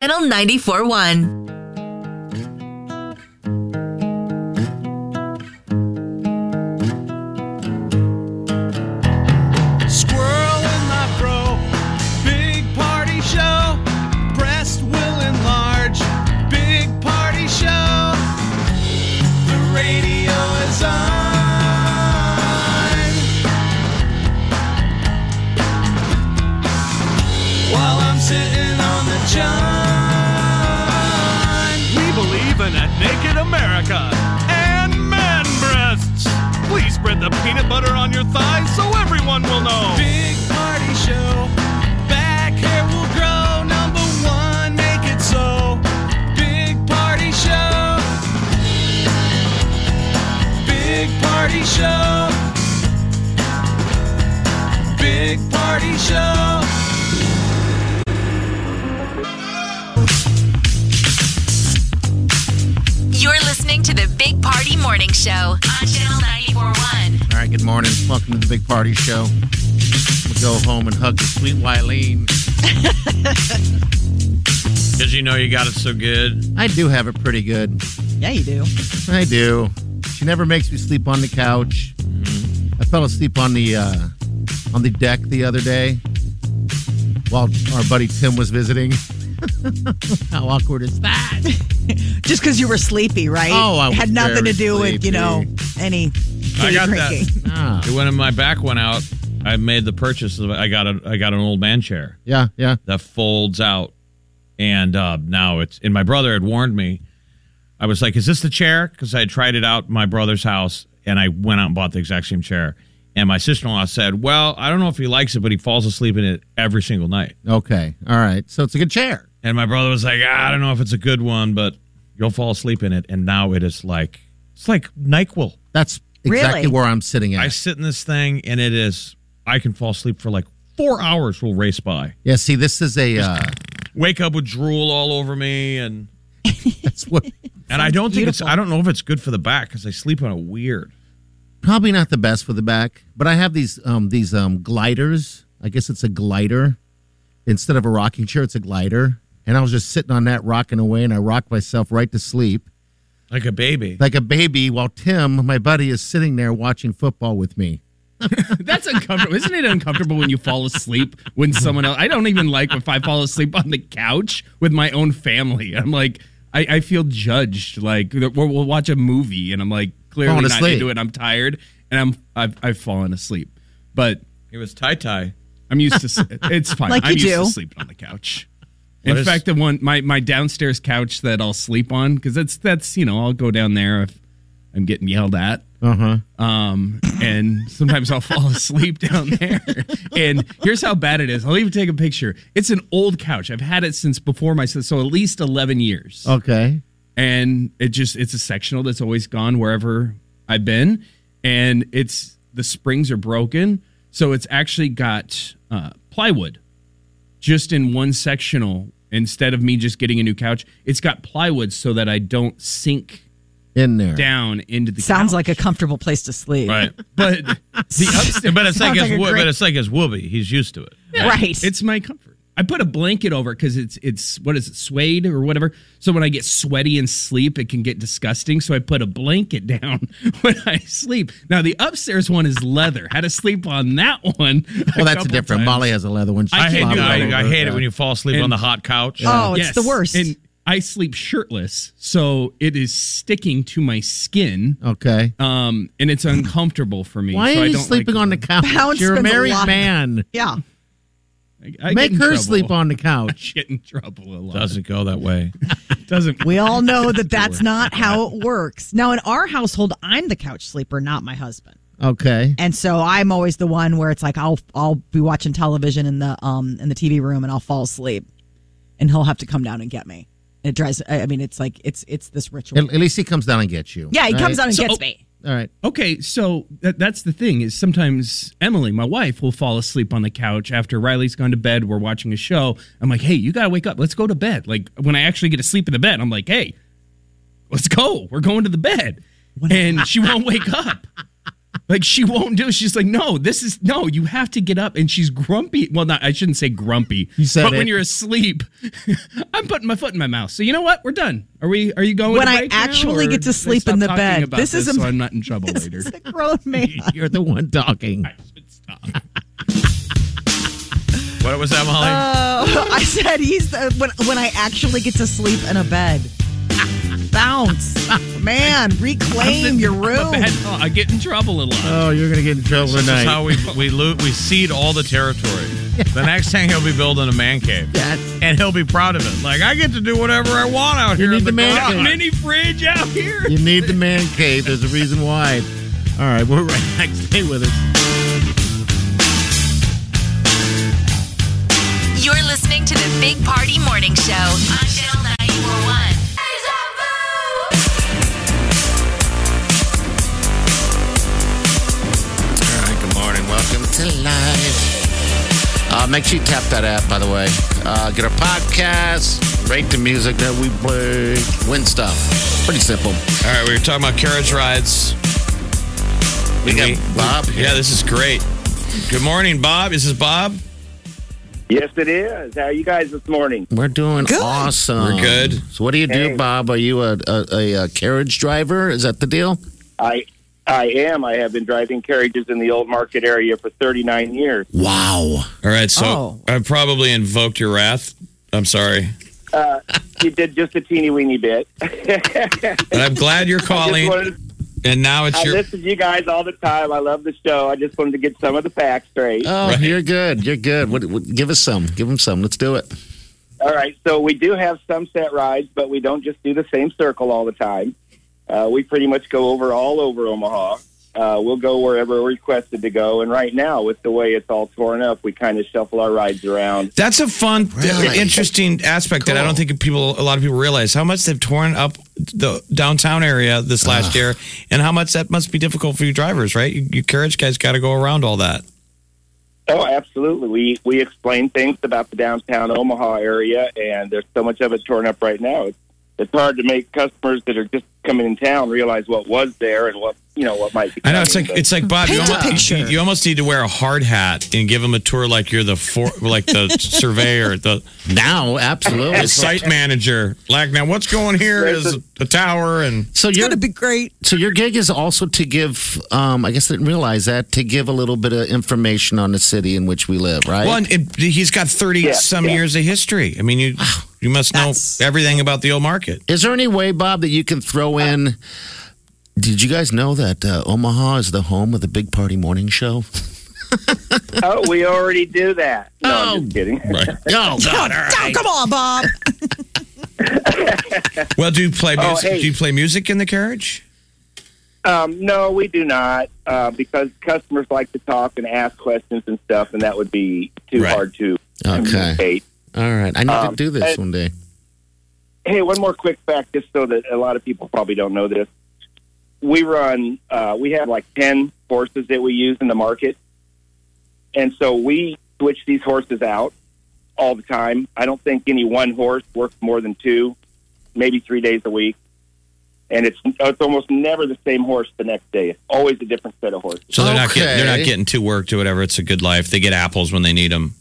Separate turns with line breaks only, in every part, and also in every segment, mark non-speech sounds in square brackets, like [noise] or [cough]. Channel 94.1.
Squirrel in my fro, big party show. Breast will enlarge, big party show. The radio is on. While I'm sitting on the john. We believe in a naked America and man breasts. Please spread the peanut butter on your thighs so everyone will know. Big party show. Back hair will grow. Number one, make it so. Big party show. Big party show. Big party show.
You're listening to the Big Party Morning Show on Channel 94.1.
All right, good morning. Welcome to the Big Party Show. We'll go home and hug the sweet Wileen.
Because you know you got it so good.
I do have it pretty good.
Yeah, you do.
I do. She never makes me sleep on the couch.
Mm-hmm.
I fell asleep on the uh, on the deck the other day while our buddy Tim was visiting. [laughs] How awkward is that?
Just because you were sleepy, right?
Oh, I was
had nothing
very
to do with you know any.
I got
drinking.
that.
Ah,
When my back went out, I made the purchase of I got a I got an old man chair
yeah, yeah.
that folds out, and uh, now it's. And my brother had warned me. I was like, "Is this the chair?" Because I had tried it out at my brother's house, and I went out and bought the exact same chair. And my sister in law said, "Well, I don't know if he likes it, but he falls asleep in it every single night."
Okay, all right. So it's a good chair.
And my brother was like, "I don't know if it's a good one, but you'll fall asleep in it." And now it is like it's like Nyquil.
That's exactly
Really?
where I'm sitting at.
I sit in this thing and it is I can fall asleep for like four hours will race by.
yeah, see, this is a uh,
Wake up with drool all over me and
that's what
and I don't think
beautiful.
it's I don't know if it's good for the back because I sleep on it weird.
probably not the best for the back, but I have these um these um gliders. I guess it's a glider instead of a rocking chair. It's a glider, and I was just sitting on that rocking away, and I rocked myself right to sleep
Like a baby.
like a baby, while Tim, my buddy, is sitting there watching football with me.
That's uncomfortable. Isn't it uncomfortable when you fall asleep when someone else? I don't even like if I fall asleep on the couch with my own family. I'm like, I, I feel judged. Like we'll, we'll watch a movie and I'm like clearly
Falling
not
asleep.
into it. I'm tired and I'm I've, I've fallen asleep, but
It was tie tie.
I'm used to. s- It's fine.
Like
I'm
you
used
do.
to sleeping on the couch. In
What is-
fact, the one my my downstairs couch that I'll sleep on because that's that's you know I'll go down there if I'm getting yelled at.
Uh huh.
Uh-huh.
Um, and sometimes I'll fall asleep [laughs] down there. And here's how bad it is. I'll even take a picture. It's an old couch. I've had it since before my son, so at least 11 years.
Okay.
And it just it's a sectional that's always gone wherever I've been. And it's the springs are broken, so it's actually got uh, plywood just in one sectional instead of me just getting a new couch. It's got plywood so that I don't sink
In there.
down into
[laughs]
the
Sounds
couch.
like a comfortable place to sleep.
Right.
but the upstairs
but it's like
Sounds
his
like a
wo-
great-
but it's like his whoopee. He's used to it.
[laughs]
[laughs]
Right.
It's my comfort. I put a blanket over because it's it's what is it suede or whatever. So when I get sweaty and sleep, it can get disgusting. So I put a blanket [laughs] down when I sleep. Now the upstairs one is leather. Had to sleep on that one. [laughs]
Well, that's a
couple
different.
times.
Molly has a leather one. She
I hate,
flops
dude,
all
I, I
over.
hate it
Yeah.
when you fall asleep
And-
on the hot couch.
Oh, it's the worst.
And I sleep shirtless, so it is sticking to my skin.
[laughs] Okay.
Um, and it's uncomfortable for me.
Why
so
are
I
you
don't
sleeping
like
on the couch?
Bounce
You're a
spends a
married
lot-
man.
yeah.
I, I
Make
get in
her
trouble.
sleep
[laughs]
on the couch.
Get in trouble a lot.
Doesn't go that way.
[laughs]
Doesn't
We all know that that's not how it works. Now, in our household, I'm the couch sleeper, not my husband.
Okay.
And so I'm always the one where it's like I'll I'll be watching television in the um in the TV room and I'll fall asleep, and he'll have to come down and get me.
It drives. I I mean, it's like it's it's this ritual.
At, at least he comes down and gets you.
yeah, he
right?
comes down and
So-
[laughs]
gets me.
All right.
Okay, so th- that's the thing is sometimes Emily, my wife, will fall asleep on the couch after Riley's gone to bed. We're watching a show. I'm like, hey, you gotta wake up. Let's go to bed. Like when I actually get to sleep in the bed, I'm like, hey, let's go. We're going to the bed, and she won't wake up. Like she won't do. it. She's like, no, this is no. You have to get up, and she's grumpy. Well, not I shouldn't say grumpy.
You said
but when
it.
you're asleep, [laughs] I'm putting my foot in my mouth. So you know what? We're done. Are we? Are you going?
When
to
I
break now,
actually
or
get to
did I
sleep
stop
in the
talking
bed?
about
This
This,
is
so
am-
I'm not in
[laughs]
trouble
This
[laughs] later.
is a grown man.
[laughs] You're the one talking.
What was that, Molly?
Uh,
[laughs] I said he's the, when when I actually get to sleep in a bed. Bounce, man, reclaim your room.
Bad
[laughs]
thought. I get in trouble a lot.
Uh,
Oh, you're gonna get in trouble
This
tonight.
is how we we loot we seed all the territory. The next thing he'll be building a man cave,
That's-
and he'll be proud of it. Like I get to do whatever I want out
You
here.
need
in
the man
garage."
cave.
mini fridge out here.
you need the man cave. There's a reason why. All right, we're [laughs] right back. Stay with us.
You're listening to the Big Party Morning Show on Channel 941.
All right, good morning. Welcome to live. Uh, make sure you tap that app, by the way. Uh, get our podcast, rate the music that we play, win stuff. Pretty simple.
All right, we were talking about carriage rides.
We got Bob here.
Yeah, this is great. Good morning, Bob. Is this Bob?
Yes, it is. How are you guys this morning?
We're doing awesome.
We're good.
So, what do you do,
Hey.
Bob? Are you a, a, a, uh carriage driver? Is that the deal?
I I am. I have been driving carriages in the old market area for 39 years.
Wow.
All right, so
Oh.
I probably invoked your wrath. I'm sorry.
You did just a teeny weeny bit. [laughs]
But I'm glad you're
I, just
calling,
wanted,
and now it's
I
your.
listen to you guys all the time. I love the show. I just wanted to get some of the facts straight.
Oh,
Right.
you're good. You're good. What, what, give us some. Give them some. Let's do it.
All right, so we do have some set rides, but we don't just do the same circle all the time. Uh, we pretty much go over all over Omaha. Uh, we'll go wherever we're requested to go. And right now, with the way it's all torn up, we kind of shuffle our rides around.
That's a fun, uh,
Really?
interesting aspect that I don't think people, a lot of people realize how much they've torn up the downtown area this last year, and how much that must be difficult for you drivers, right? You, you carriage guys got to go around all that.
Oh, absolutely. We we explain things about the downtown Omaha area, and there's so much of it torn up right now. It's, it's hard to make customers that are just coming in town realize what was there and what you know what might be.
I know it's like
coming, but-
it's like Bob. You
Paint a
almost, you,
picture.
you almost need to wear a hard hat and give them a tour like you're the for, like the surveyor, the,
Now, absolutely.
the site manager. Like now, what's going here is a tower, and
so, you're,
be great.
So your gig is also to give. Um, I guess I didn't realize that to give a little bit of information on the city in which we live, right?
well, and it, he's got thirty
Yeah,
some
yeah.
years of history. I mean, you you must know
That's-
everything about the old market.
Is there any way, Bob, that you can throw in? Did you guys know that uh, Omaha is the home of the Big Party Morning Show?
[laughs] oh, we already do that. No, I'm just kidding.
Right.
Oh God! all
Oh, come on, Bob.
Well, do you play
Oh,
music?
hey.
Do you play music in the carriage?
Um, no, we do not, uh, because customers like to talk and ask questions and stuff, and that would be too
Right.
hard to
Okay.
communicate.
right, I need
Um,
to do this
and-
one day.
Hey, one more quick fact, just so that a lot of people probably don't know this. We run, uh, we have like 10 horses that we use in the market. And so we switch these horses out all the time. I don't think any one horse works more than two, maybe three days a week. And it's, it's almost never the same horse the next day. It's always a different set of horses.
So they're not getting they're
Okay.
not getting too worked or whatever. It's a good life. They get apples when they need them.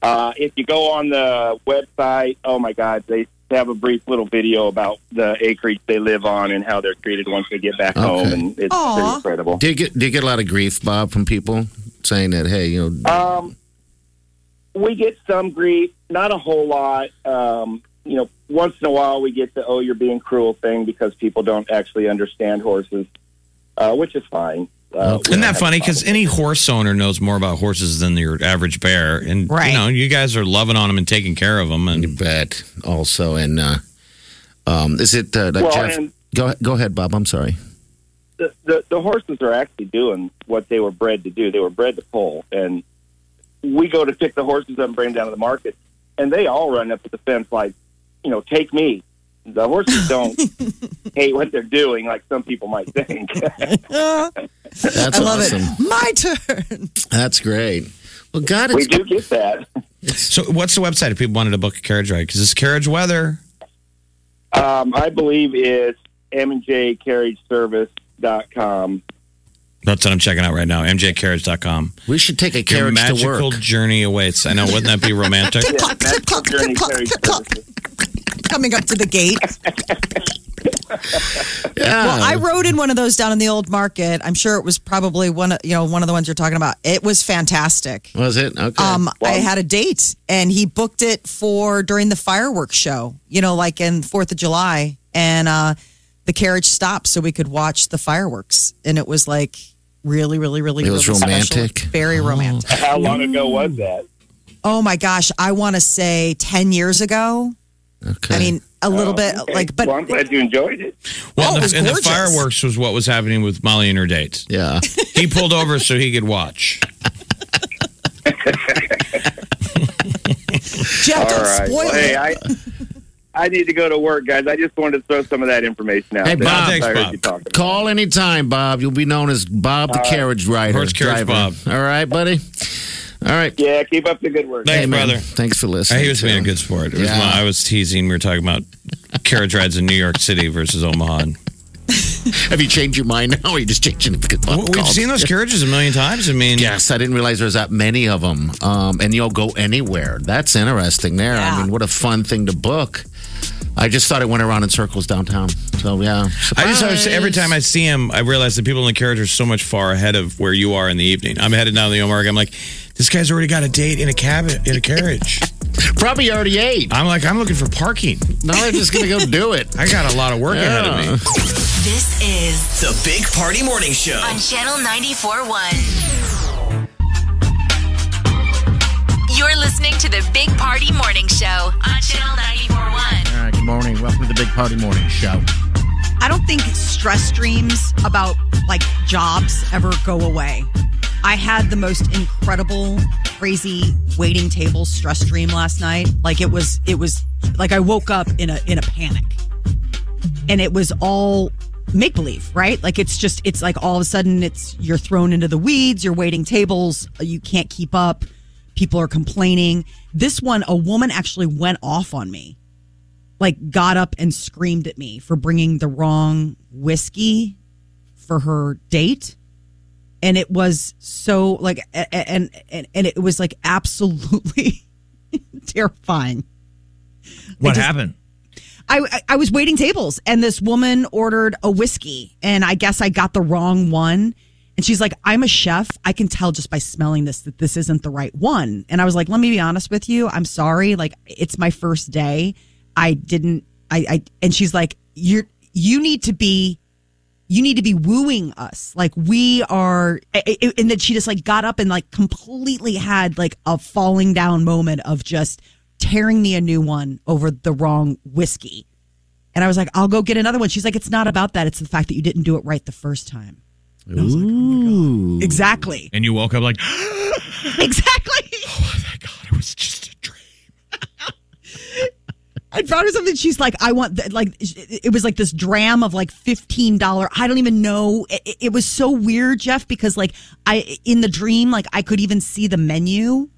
Uh, if you go on the website, oh my God, they have a brief little video about the acreage they live on and how they're treated once they get back
Okay.
home, and it's
Aw.
pretty incredible.
Do you get do you get a lot of grief, Bob, from people saying that? Hey, you know,
Um, we get some grief, not a whole lot. Um, you know, once in a while we get the "oh, you're being cruel" thing because people don't actually understand horses, uh, which is fine. Uh, we
Isn't
don't
that
have
funny? Because
problems.
any horse owner knows more about horses than your average bear, and
Right.
you know you guys are loving on them and taking care of them.
you
And
bet. Also, and uh, um, is it uh, like
well,
Jeff?
and
Go go ahead, Bob. I'm sorry.
the, the the horses are actually doing what they were bred to do. They were bred to pull, and we go to pick the horses up and bring them down to the market, and they all run up to the fence like, you know, take me. The
[laughs]
horses don't hate what they're doing like some people might think. [laughs]
I
That's
love
awesome.
it. My turn. [laughs]
That's great. Well, God,
we
it's
do get that.
So, what's the website if people wanted to book a carriage ride? Because it's carriage weather.
Um, I believe it's mjcarriageservice.com.
That's what I'm checking out right now. MJCarriage.com.
we should take a
Your
carriage to
magical
work. Oh,
journey awaits. I know, wouldn't that be
[laughs]
romantic?
Clunk, clip, clunk, clip, clunk,
Carriage
clip, clunk.
Services.
Coming up to the gate.
Yeah.
Well, I rode in one of those down in the old market. I'm sure it was probably one of you know one of the ones you're talking about. It was fantastic.
was it okay?
Um, I had a date, and he booked it for during the fireworks show. You know, like in Fourth of July, and uh, the carriage stopped so we could watch the fireworks, and it was like really, really, really,
It was
really special.
romantic. Oh.
very romantic.
How long ago was that?
Oh my gosh, I want to say ten years ago.
okay.
I mean, a little bit
Oh, Uh, Okay.
like, but
well, I'm glad you enjoyed it.
Well,
Oh,
the,
it was
and the
gorgeous.
fireworks was what was happening with Molly and her dates.
[laughs] yeah.
He pulled over so he could watch.
Jeff,
All
don't
right.
spoil
Well, hey,
it.
I, I need to go to work, guys. I just wanted to throw some of that information out.
Hey,
there.
Bob.
I heard
Thanks,
you talking.
Call anytime, Bob. You'll be known as Bob the Carriage Rider.
Horse carriage
driver. All right, buddy. All right.
Yeah, keep up the good work.
Thanks,
man.
brother.
Thanks for listening.
He was
to
being a
us.
good sport. It was
Yeah.
my- I was teasing. We were talking about carriage rides in New York City versus Omaha. And-
Have you changed your mind now? Or are you just changing it because Bob
We've
called?
seen those carriages a million times. I mean,
Oh, Yes, I didn't realize there was that many of them. Um, and you'll go anywhere. That's interesting there. I
Yeah.
mean, what a fun thing to book. I just thought it went around in circles downtown. So, yeah.
I just always, every
Surprise.
time I see him, I realize the people in the carriage are so much far ahead of where you are in the evening. I'm headed down to the Omark. I'm like, this guy's already got a date in a cabin in a carriage.
Probably already ate.
I'm like, I'm looking for parking.
Now they're just going to
[laughs]
go do it.
I got a lot of work ahead of me.
This is
The Big Party Morning Show.
on Channel 94.1. You're listening to the Big Party Morning Show on Channel 94.1.
All right, good morning. Welcome to the Big Party Morning Show.
I don't think stress dreams about like jobs ever go away. I had the most incredible, crazy waiting table stress dream last night. Like it was, it was like I woke up in a in a panic, and it was all make believe, right? Like it's just, it's like all of a sudden, it's you're thrown into the weeds. You're waiting tables. You can't keep up. People are complaining. This one, a woman actually went off on me like got up and screamed at me for bringing the wrong whiskey for her date and it was so like a- a- and and, and it was like absolutely [laughs] terrifying
What happened?
I, I- I was waiting tables and this woman ordered a whiskey and I guess I got the wrong one. And she's like, I'm a chef. I can tell just by smelling this that this isn't the right one. And I was like, let me be honest with you. I'm sorry. Like it's my first day. I didn't, I, I, and she's like, you're, you need to be you need to be wooing us. Like we are, I- I- and then she just like got up and like completely had like a falling down moment of just tearing me a new one over the wrong whiskey. And I was like, I'll go get another one. She's like, it's not about that. It's the fact that you didn't do it right the first time. And I was like, oh my God. Exactly.
And you woke up like, [gasps]
Exactly.
thank God, it was just a dream.
I brought her something. She's like, I want, th- like, sh- it was like this dram of like $15. I don't even know. It, it was so weird, Jeff, because like I, in the dream, like I could even see the menu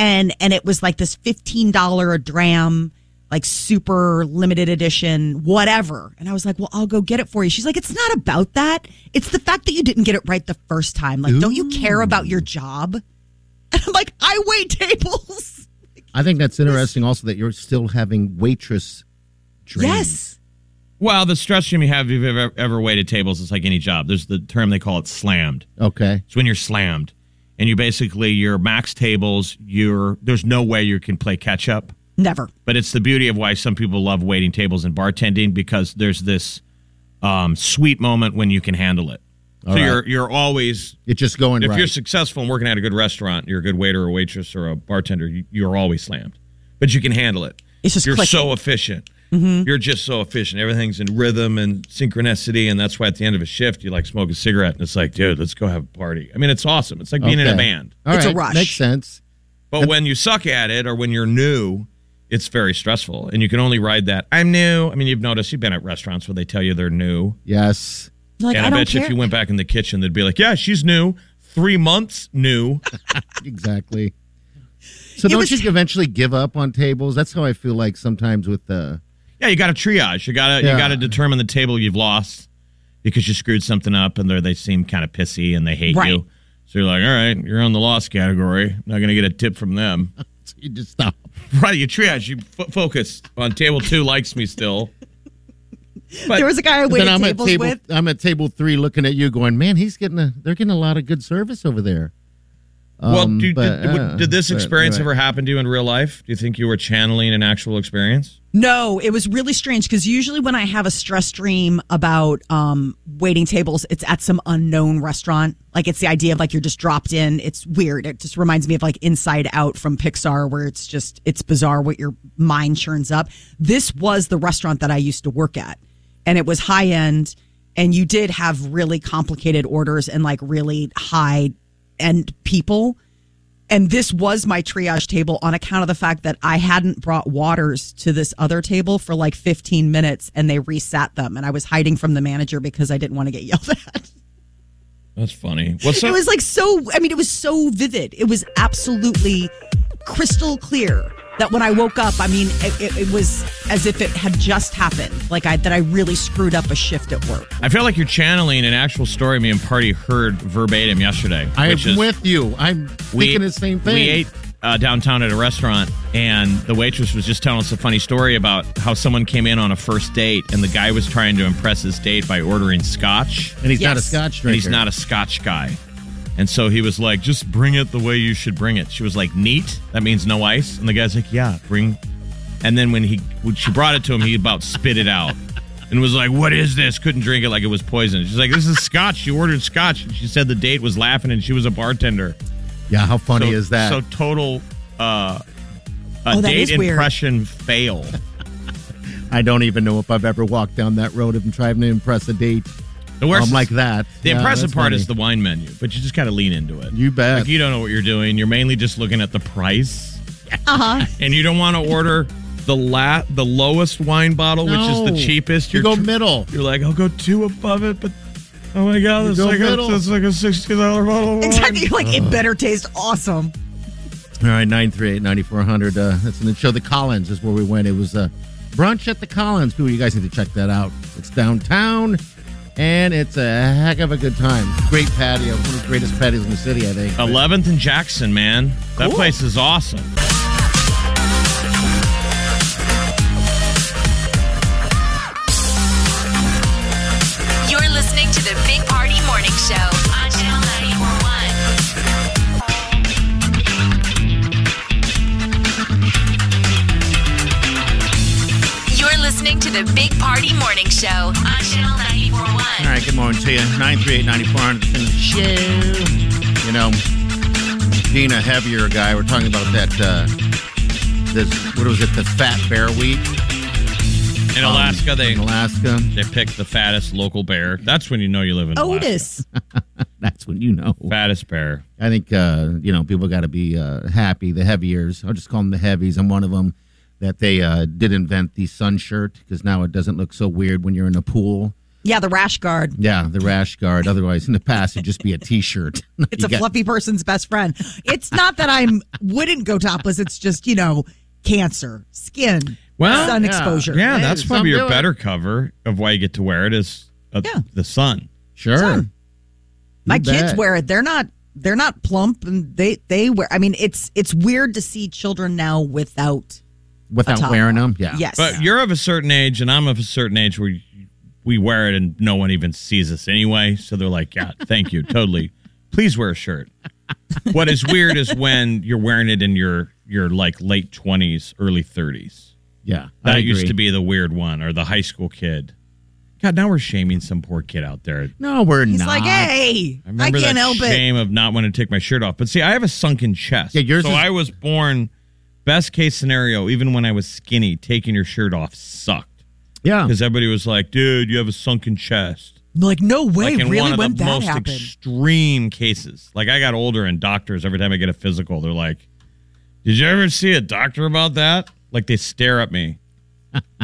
and, and it was like this $15 a dram, like super limited edition, whatever. And I was like, well, I'll go get it for you. She's like, it's not about that. It's the fact that you didn't get it right the first time. Like, don't you care about your job? [laughs] And I'm like, I wait tables.
I think that's interesting also that you're still having waitress dreams.
Yes.
Well, the stress dream you have if you've ever, ever waited tables, it's like any job. There's the term they call it slammed.
Okay.
It's when you're slammed, and you basically your max tables. You're there's no way you can play catch up.
Never.
But it's the beauty of why some people love waiting tables and bartending because there's this um, sweet moment when you can handle it. so
right.
you're you're always
It's just going
if
right.
you're successful and working at a good restaurant, you're a good waiter or waitress or a bartender, you, you're always slammed. But you can handle it.
It's just
you're
clicking.
so efficient. You're just so efficient. Everything's in rhythm and synchronicity, and that's why at the end of a shift, you like smoke a cigarette, and it's like, dude, let's go have a party. I mean, it's awesome. It's like being in a
Okay.
band.
All
It's a
right,
rush.
Makes sense.
But when you suck at it or when you're new, it's very stressful, and you can only ride that. I'm new. I mean, you've noticed you've been at restaurants where they tell you they're new,
Yes.
Like,
and
I,
I,
don't
bet you
care.
if you went back in the kitchen, they'd be like, "Yeah, she's new, three months
[laughs]
new."
Exactly. So
It
don't
was-
you eventually give up on tables? That's how I feel like sometimes with uh, [laughs] the
yeah, you got to triage. You got to
Yeah.
you got to determine the table you've lost because you screwed something up, and they they seem kind of pissy and they hate
Right.
you. So you're like, "All right, you're on the lost category. Not gonna get a tip from them." [laughs]
you just stop.
Right, you triage. You f- focus on table two likes me still.
there was a guy I
But
waited
I'm at
tables
table
with.
I'm at table three looking at you going, Man, he's getting a they're getting a lot of good service over there.
Well,
Um,
do,
but,
did, would-
uh,
did this
but
experience
anyway.
ever happen to you in real life? Do you think you were channeling an actual experience?
No, it was really strange because usually when I have a stress dream about um, waiting tables, it's at some unknown restaurant. Like it's the idea of like you're just dropped in. It's weird. It just reminds me of like Inside Out from Pixar, where it's just it's bizarre what your mind churns up. This was the restaurant that I used to work at, and it was high end, and you did have really complicated orders and like really high end people and this was my triage table on account of the fact that I hadn't brought waters to this other table for like 15 minutes and they resat them and I was hiding from the manager because I didn't want to get yelled at.
That's funny. What's
It
up?
was like so I mean it was so vivid. It was absolutely crystal clear that when I woke up, I mean it, it, it was as if it had just happened. Like I that I really screwed up a shift at work.
I feel like you're channeling an actual story me and Party heard verbatim yesterday.
I'm
which is
with you. I'm thinking the same thing.
We ate uh, downtown at a restaurant, and the waitress was just telling us a funny story about how someone came in on a first date, and the guy was trying to impress his date by ordering scotch.
and he's not a
Yes.
scotch drinker.
and he's not a Scotch guy. And so he was like, "Just bring it the way you should bring it." She was like, "Neat." That means no ice. And the guy's like, "Yeah, bring." And then when he when she brought it to him, he about spit it out and was like, "What is this?" Couldn't drink it like it was poison. She's like, "This is Scotch. You ordered Scotch." And she said the date was laughing, and she was a bartender.
Yeah, how funny
so,
is that?
So total uh, a
Oh, that
date
is weird.
impression fail.
I don't even know if I've ever walked down that road of trying to impress a date.
The worst.
um,
is-
like that.
The
Yeah,
impressive
that's
part
funny.
is the wine menu, but you just got to lean into it.
You bet.
Like you don't know what you're doing. You're mainly just looking at the price,
Uh-huh.
and you don't want to order the la- the lowest wine bottle, which is
No.
the cheapest.
You
You're
go
tr-
middle.
You're like, I'll go two above it, but oh my god,
You
that's
go
like
middle.
a that's like a sixty dollar bottle. Of wine.
Oh,
Exactly. You're [laughs] like it better taste awesome.
All right, 938 9400. Uh, that's in the show. The Collins is where we went. It was uh, brunch at the Collins. People, you guys need to check that out. It's downtown, and it's a heck of a good time. Great patio. One of the greatest patios in the city, I think.
Eleventh and Jackson, man, that place is awesome.
You're listening to the Big Party Morning Show on Channel 941. You're listening to the Big Party Morning Show on Channel 941.
All right, good morning to you. 938 9400. It's in the show. You know, being a heavier guy, we're talking about that, uh, this, what was it, the Fat Bear Week?
In
um,
Alaska, they
in Alaska.
they pick the fattest local bear. That's when you know you live in
Oh,
Alaska.
Otis.
That's when you know.
Fattest bear.
I think uh, you know people got to be uh, happy. The heaviers, I'll just call them the heavies. I'm one of them that they uh, did invent the sun shirt because now it doesn't look so weird when you're in a pool.
Yeah, the rash guard.
Yeah, the rash guard. Otherwise, in the past, it'd just be a t-shirt. [laughs]
It's
You
a
got-
fluffy person's best friend. It's not that I'm wouldn't go topless. It's just you know cancer, skin,
Well,
sun
yeah.
exposure.
Yeah,
Hey,
that's
some
probably
do
your
it.
better cover of why you get to wear it is uh,
Yeah.
the sun.
Sure.
Sure. My
You
kids
bet.
wear it. They're not they're not plump, and they they wear. I mean, it's it's weird to see children now without.
without
top
wearing them.
on.
Yeah.
Yes.
But you're of a certain age, and I'm of a certain age where we wear it and no one even sees us anyway. So they're like, yeah, thank you, totally. Please wear a shirt. what is weird is when you're wearing it in your your like late 20s, early 30s.
Yeah. I
That used
agree.
to be the weird one or the high school kid. God, now we're shaming some poor kid out there.
No, we're
He's
not.
like, hey,
I
I,
remember
can't
that
help it.
shame of not wanting to take my shirt off. But see, I have a sunken chest.
Yeah, yours
so
is-
I was born, best case scenario, even when I was skinny, taking your shirt off sucked.
yeah.
Because everybody was like, dude, you have a sunken chest.
Like no way,
like in
really,
one of
when
the
that
most
happened.
extreme cases. Like I got older and doctors, every time I get a physical, they're like, did you ever see a doctor about that? Like they stare at
[laughs]
me,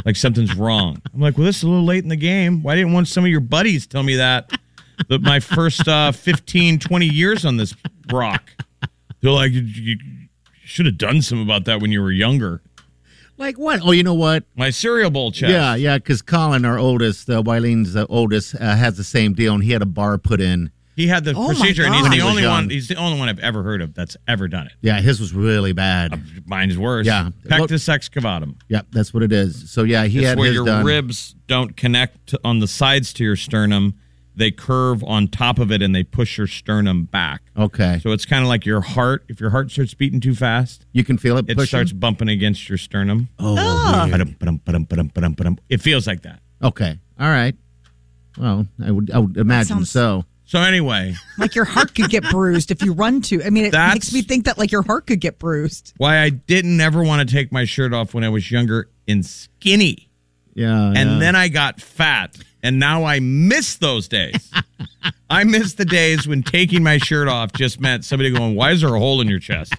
like something's wrong. I'm like, well, this is a little late in the game. Why didn't one some of your buddies tell me that? That my first uh, 15, 20 years on this rock. They're like, you, you should have done some about that when you were younger.
Like what? Oh, you know what?
My cereal bowl check.
Yeah, yeah. Because Colin, our oldest, uh, Wylene's uh, oldest, uh, has the same deal, and he had a bar put in.
He had the
Oh my
procedure, and he's
God.
the
When he was
only
young.
one. He's the only one I've ever heard of that's ever done it.
Yeah, his was really bad.
Mine's worse.
Yeah.
pectus excavatum.
yeah, that's what it is. So yeah, he
It's
had
where
his
your
done.
ribs don't connect on the sides to your sternum; they curve on top of it, and they push your sternum back.
Okay,
So it's kind of like your heart. If your heart starts beating too fast,
you can feel it.
it
pushing?
starts bumping against your sternum.
Oh, weird.
Ba-dum, ba-dum, ba-dum, ba-dum, ba-dum, ba-dum. It feels like that.
okay, all right. Well, I would, I would imagine
sounds-
so.
So anyway,
Like your heart could get bruised if you run too. I mean, it
That's-
makes me think that like your heart could get bruised.
why I didn't ever want to take my shirt off when I was younger and skinny.
Yeah,
and then I got fat, and now I miss those
[laughs]
days. I miss the days when taking my shirt off just meant somebody going, "Why is there a hole in your chest?"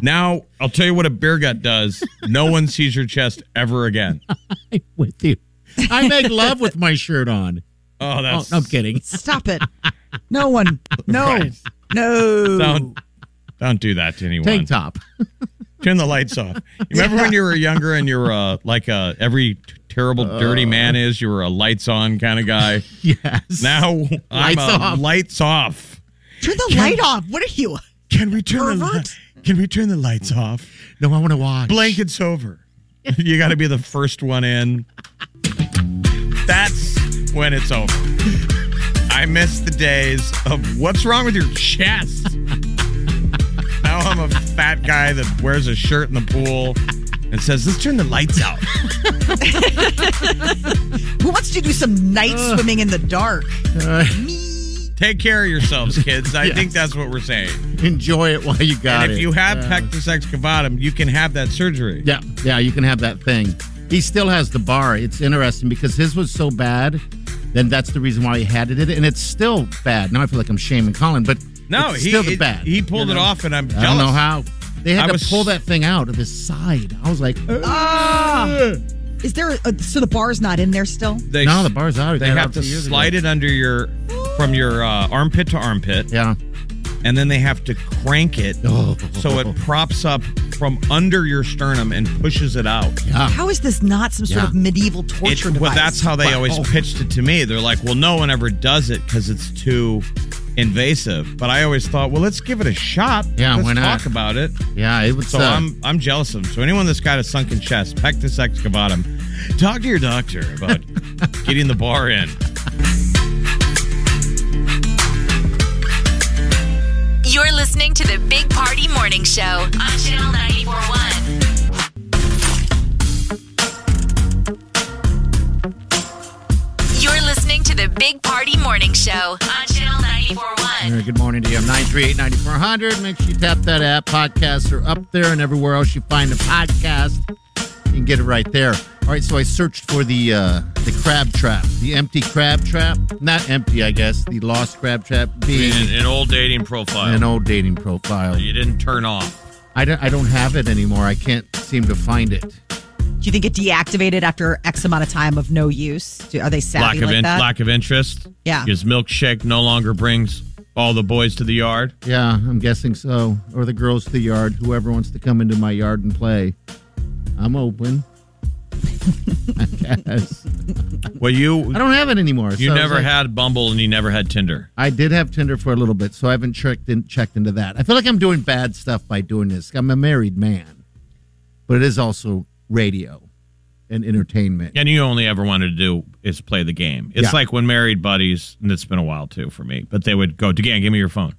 Now I'll tell you what a beer gut does. No one sees your chest ever again.
I'm [laughs] with you. I make love with my
[laughs]
shirt on.
Oh,
Oh,
that's
no, I'm kidding.
Stop it. No
[laughs]
one. No.
Right.
No.
Don't don't do that to anyone.
Tank top. [laughs]
Turn the lights off. You remember when you were younger and you were uh, like uh, every t- terrible
Uh.
dirty man is. You were a lights on kind of guy.
Yes.
Now I'm
Lights
a
off.
lights off.
Turn the light off. What are you?
Can we turn
the li- Pervert.
Can we turn the lights off?
no, I want to watch.
blankets over.
[laughs]
you got to be the first one in. That's when it's over. I miss the days of what's wrong with your chest? now I'm a fat guy that wears a shirt in the pool and says, let's turn the lights out.
Who wants to do some night swimming in the dark? Me.
Take care of yourselves, kids. I think that's what we're saying.
Enjoy it while you got
and
it.
if you have pectus excavatum, you can have that surgery.
Yeah, yeah, you can have that thing. He still has the bar. It's interesting because his was so bad, then that's the reason why he had it, and it's still bad. Now I feel like I'm shaming Colin, but
No,
it's
he
still the
it-
bad.
he pulled
you know?
it off, and I'm
I
jealous.
don't know how they had
I
to
was-
pull that thing out of his side. I was like,
Is there a, so the bar's not in there still?
Ah! They
no, the bar's out.
They have to slide it under your from your uh, armpit to armpit,
Yeah.
and then they have to crank it
Oh.
so it props up from under your sternum and pushes it out.
Yeah.
How is this not some sort
Yeah.
of medieval torture
Ah. It-
device?
well, that's how they always pitched it to me. They're like, "Well, no one ever does it because it's too invasive." But I always thought, "Well, let's give it a shot.
Yeah,
let's
why not?
talk about it."
Yeah. It was. uh,
So I'm I'm jealous of them. So anyone that's got a sunken chest, pectus excavatum, talk to your doctor about getting the bar in.
You're listening to the Big Party Morning Show on Channel 941. You're listening to the Big Party Morning Show on Channel 941.
All right, good morning to you. I'm 938-9400. Make sure you tap that app. Podcasts are up there and everywhere else you find a podcast. You can get it right there. All right, so I searched for the uh, the crab trap, the empty crab trap. Not empty, I guess. The lost crab trap being
an old dating profile.
an old dating profile.
You didn't turn off.
I don't, I don't have it anymore. I can't seem to find it.
Do you think it deactivated after X amount of time of no use? Do, are they savvy
lack of
like
in-
that?
lack of interest.
Yeah.
His milkshake no longer brings all the boys to the yard.
Yeah, I'm guessing so. Or the girls to the yard. Whoever wants to come into my yard and play. I'm open. [laughs] I guess.
Well, you
I don't have it anymore.
you
so it's
never
like-
had Bumble and you never had Tinder.
I did have Tinder for a little bit, so I haven't checked in, checked into that. I feel like I'm doing bad stuff by doing this. I'm a married man, but it is also radio and entertainment.
And you only ever wanted to do is play the game. It's
Yeah.
like when married buddies, and it's been a while too for me, but they would go, DeGan, give me your phone.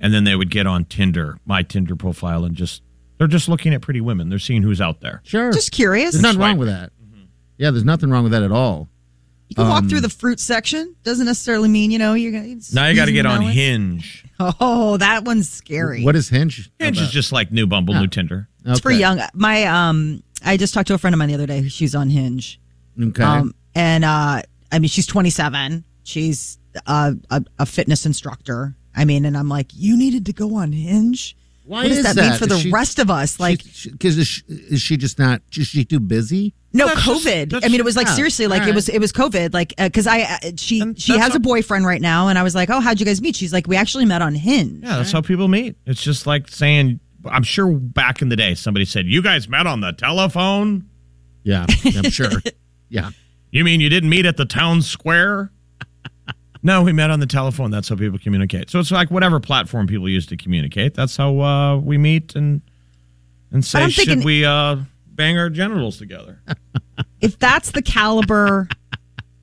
And then they would get on Tinder, my Tinder profile, and just, they're just looking at pretty women. They're seeing who's out there.
Sure,
Just curious.
there's nothing wrong with that.
Mm-hmm.
Yeah, there's nothing wrong with that at all.
You can walk through the fruit section. Doesn't necessarily mean you know you're gonna. it's
um, Now you got to get on
melon.
Hinge.
Oh, that one's scary.
What is Hinge?
Hinge is just like new Bumble,
Oh.
new Tinder.
okay.
It's for young. My um, I just talked to a friend of mine the other day. who She's on Hinge.
Okay,
Um, and uh, I mean, she's 27. She's uh, a, a fitness instructor. I mean, and I'm like, you needed to go on Hinge
Why
what does
is
that, mean
that?
for
Is
the
she-
rest of us? Like,
because is, she, is she just not? Is she too busy?
no
That's just-
COVID.
that's-
I mean, it was like
yeah,
seriously, like
alright.
it was it was COVID. Like, because I uh, she
And
she
that's
has
all-
a boyfriend right now, and I was like, oh, how'd you guys meet? She's like, we actually met on Hinge.
Yeah, that's how people meet. It's just like saying, I'm sure back in the day, somebody said, You guys met on the telephone?
Yeah, I'm [laughs] sure. Yeah,
You mean you didn't meet at the town square? [laughs] no, we met on the telephone. That's how people communicate. So it's like whatever platform people use to communicate. That's how uh, we meet and and say,
I'm thinking-
Should we uh, bang our genitals together?
If that's the caliber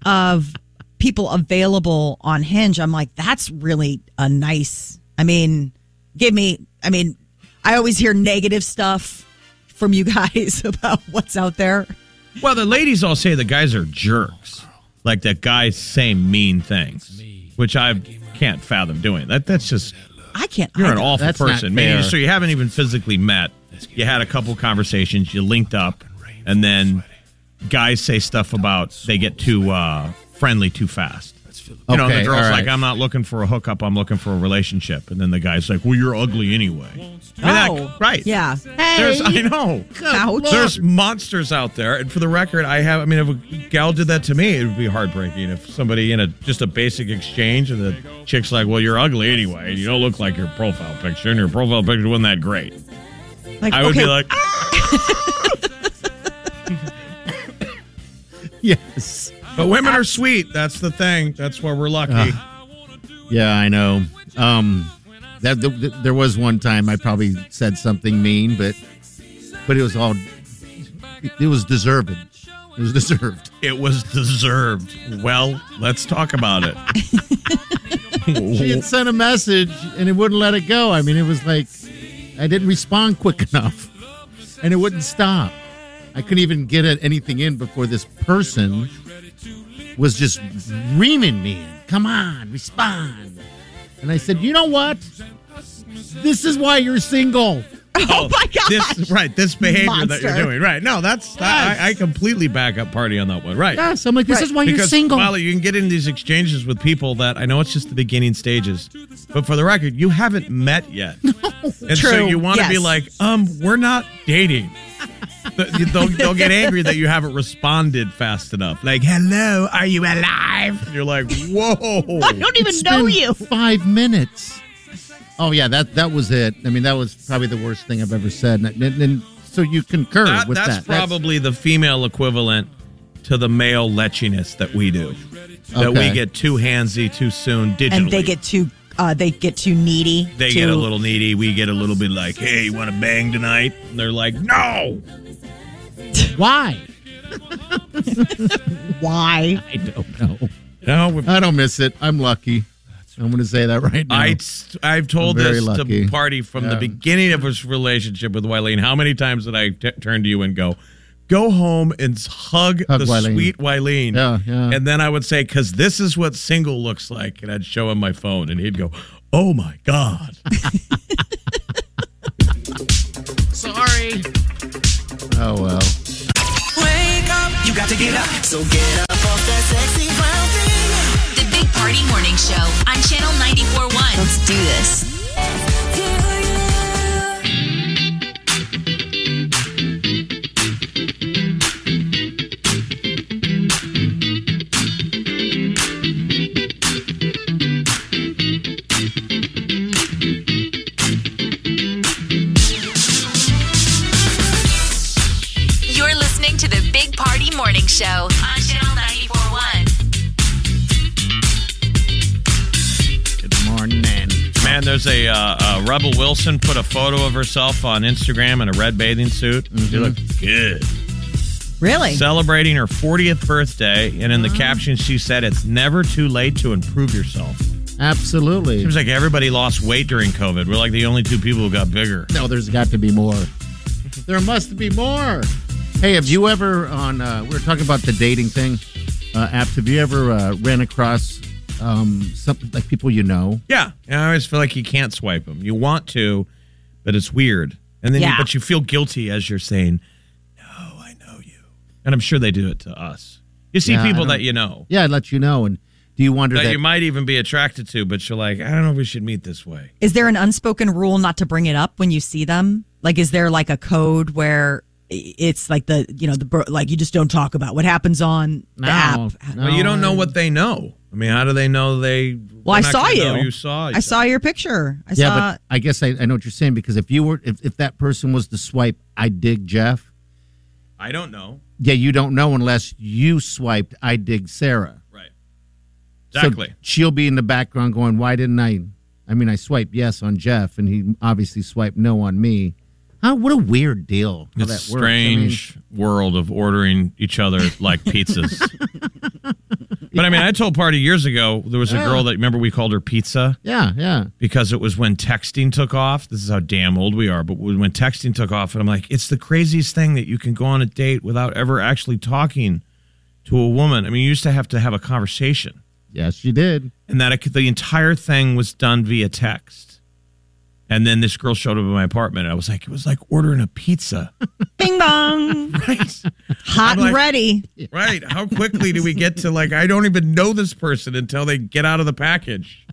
of people available on Hinge, I'm like, that's really a nice. I mean, give me. I mean, I always hear negative stuff from you guys [laughs] about what's out there.
well, the ladies all say the guys are jerks. Like that guys say mean things, which I can't fathom doing. That That's just.
I can't.
You're an
either.
awful
That's not
person. Maybe,
fair.
so you haven't even physically met. You had a couple conversations. You linked up, and then guys say stuff about they get too uh, friendly too fast. You know,
Okay,
the girl's
all right.
like, "I'm not looking for a hookup. I'm looking for a relationship." And then the guy's like, "Well, you're ugly anyway." I mean, that-
Oh,
right?
Yeah.
There's, I know.
Ouch.
There's monsters out there, and for the record, I have. I mean, if a gal did that to me, it would be heartbreaking. If somebody in a just a basic exchange, and the chick's like, "Well, you're ugly anyway, and you don't look like your profile picture, and your profile picture wasn't that great,"
Like,
I would
okay, [laughs]
be like,
"Oh." yes,
"But women are sweet. That's the thing. That's why we're
Uh.
lucky."
yeah, I know. Um, that th- th- there was one time I probably said something mean, but but it was all it was deserved. It was [laughs] deserved.
it was deserved. Well, let's talk about it.
She
Mm-hmm.
had sent a message and it wouldn't let it go. I mean, it was like I didn't respond quick [laughs] enough and it wouldn't stop. I couldn't even get it- anything in before this person was just reaming me. Come on, respond. And I said, You know what? This is why you're single.
oh my god! This right, this behavior that
Monster.
you're doing. Right? No, that's I, I completely back up party on that one. Right?
Yes. I'm like, This is why you're
because
single.
Molly, you can get in these exchanges with people that I know it's just the beginning stages, but for the record, you haven't met
[laughs]
yet, and so
True.
you want to be
Yes.
like, um, we're not dating. Th- they'll, they'll get angry that you haven't responded fast enough. Like, hello, are you alive? And you're like,
[laughs]
whoa.
I don't even
It's
know
been
you.
Five minutes. Oh yeah, that that was it. I mean, that was probably the worst thing I've ever said. And, and- and so you concur
That-
with
that's
that?
probably the female equivalent to the male leechiness that we do. That we
Okay.
get too handsy too soon digitally.
and they get too uh, they get too needy.
they
too,
get a little needy. We get a little bit like, "Hey, you want to bang tonight?" And they're like, "No."
why.
why?
I don't know.
No, we-
I don't miss it. I'm lucky. I'm going to say that right now.
I s- I've told
I'm very
this
lucky.
to party from the
Yeah.
beginning of his relationship with Wileen. How many times did I t- turn to you and go, "Go home and hug,
Hug
the
Wileen.
sweet Wileen"?
Yeah, yeah.
And then I would say, "Cause this is what single looks like," and I'd show him my phone, and he'd go, "Oh my god."
Sorry.
oh well.
Wake up. You got to get up. So get up off that sexy brown thing.
The Big Party Morning Show on Channel 94.1. Let's do this. You're listening to the Big Party Morning Show on Channel 94.1.
Good morning.
Man, there's a, uh, a Rebel Wilson put a photo of herself on Instagram in a red bathing suit. She looked good.
Really?
Celebrating her 40th birthday, and in the caption, she said, It's never too late to improve yourself.
Absolutely.
Seems like everybody lost weight during COVID. We're like the only two people who got bigger.
No, there's got to be more. There must be more. Hey, have you ever on? Uh, we were talking about the dating thing. Uh, app. Have you ever uh, ran across um, something like people you know?
Yeah. And I always feel like you can't swipe them. You want to, but it's weird. And then, you,
Yeah.
but you feel guilty as you're saying, No, I know you. And I'm sure they do it to us. You see
Yeah, I
people
don't-
that you know.
Yeah, I'd let you know. And Do you wonder
that,
that,
you might even be attracted to, but you're like, I don't know if we should meet this way.
Is there an unspoken rule not to bring it up when you see them? Like, is there like a code where i- it's like the you know the bro- like you just don't talk about what happens on the app?
Well, you don't know what they know. I mean, how do they know they?
Well, I
they're not
saw
gonna
you.
know You saw.
I saw your picture. I
yeah,
saw.
Uh,
but I guess I, I know what you're saying because if you were if, if that person was to swipe, I dig Jeff.
I don't know.
Yeah, you don't know unless you swiped, I dig Sarah.
Right.
So
Exactly.
she'll be in the background going, "Why didn't I?" I mean, I swiped yes on Jeff, and he obviously swiped no on me. Huh? What a weird deal. How
it's a
that works. I mean,
strange world of ordering each other like
[laughs]
pizzas. but I mean, I told Party years ago there was a girl that remember we called her Pizza
yeah, yeah.
because it was when texting took off. This is how damn old we are. But when texting took off, and I'm like, it's the craziest thing that you can go on a date without ever actually talking to a woman. I mean, you used to have to have a conversation.
Yes, she did. [laughs]
and that it, could- the entire thing was done via text. And then this girl showed up at my apartment. And I was like, it was like ordering a pizza. [laughs]
Ding dong,
Right.
hot
I'm
and
like-
ready.
right. How quickly do we get to like, I don't even know this person until they get out of the package.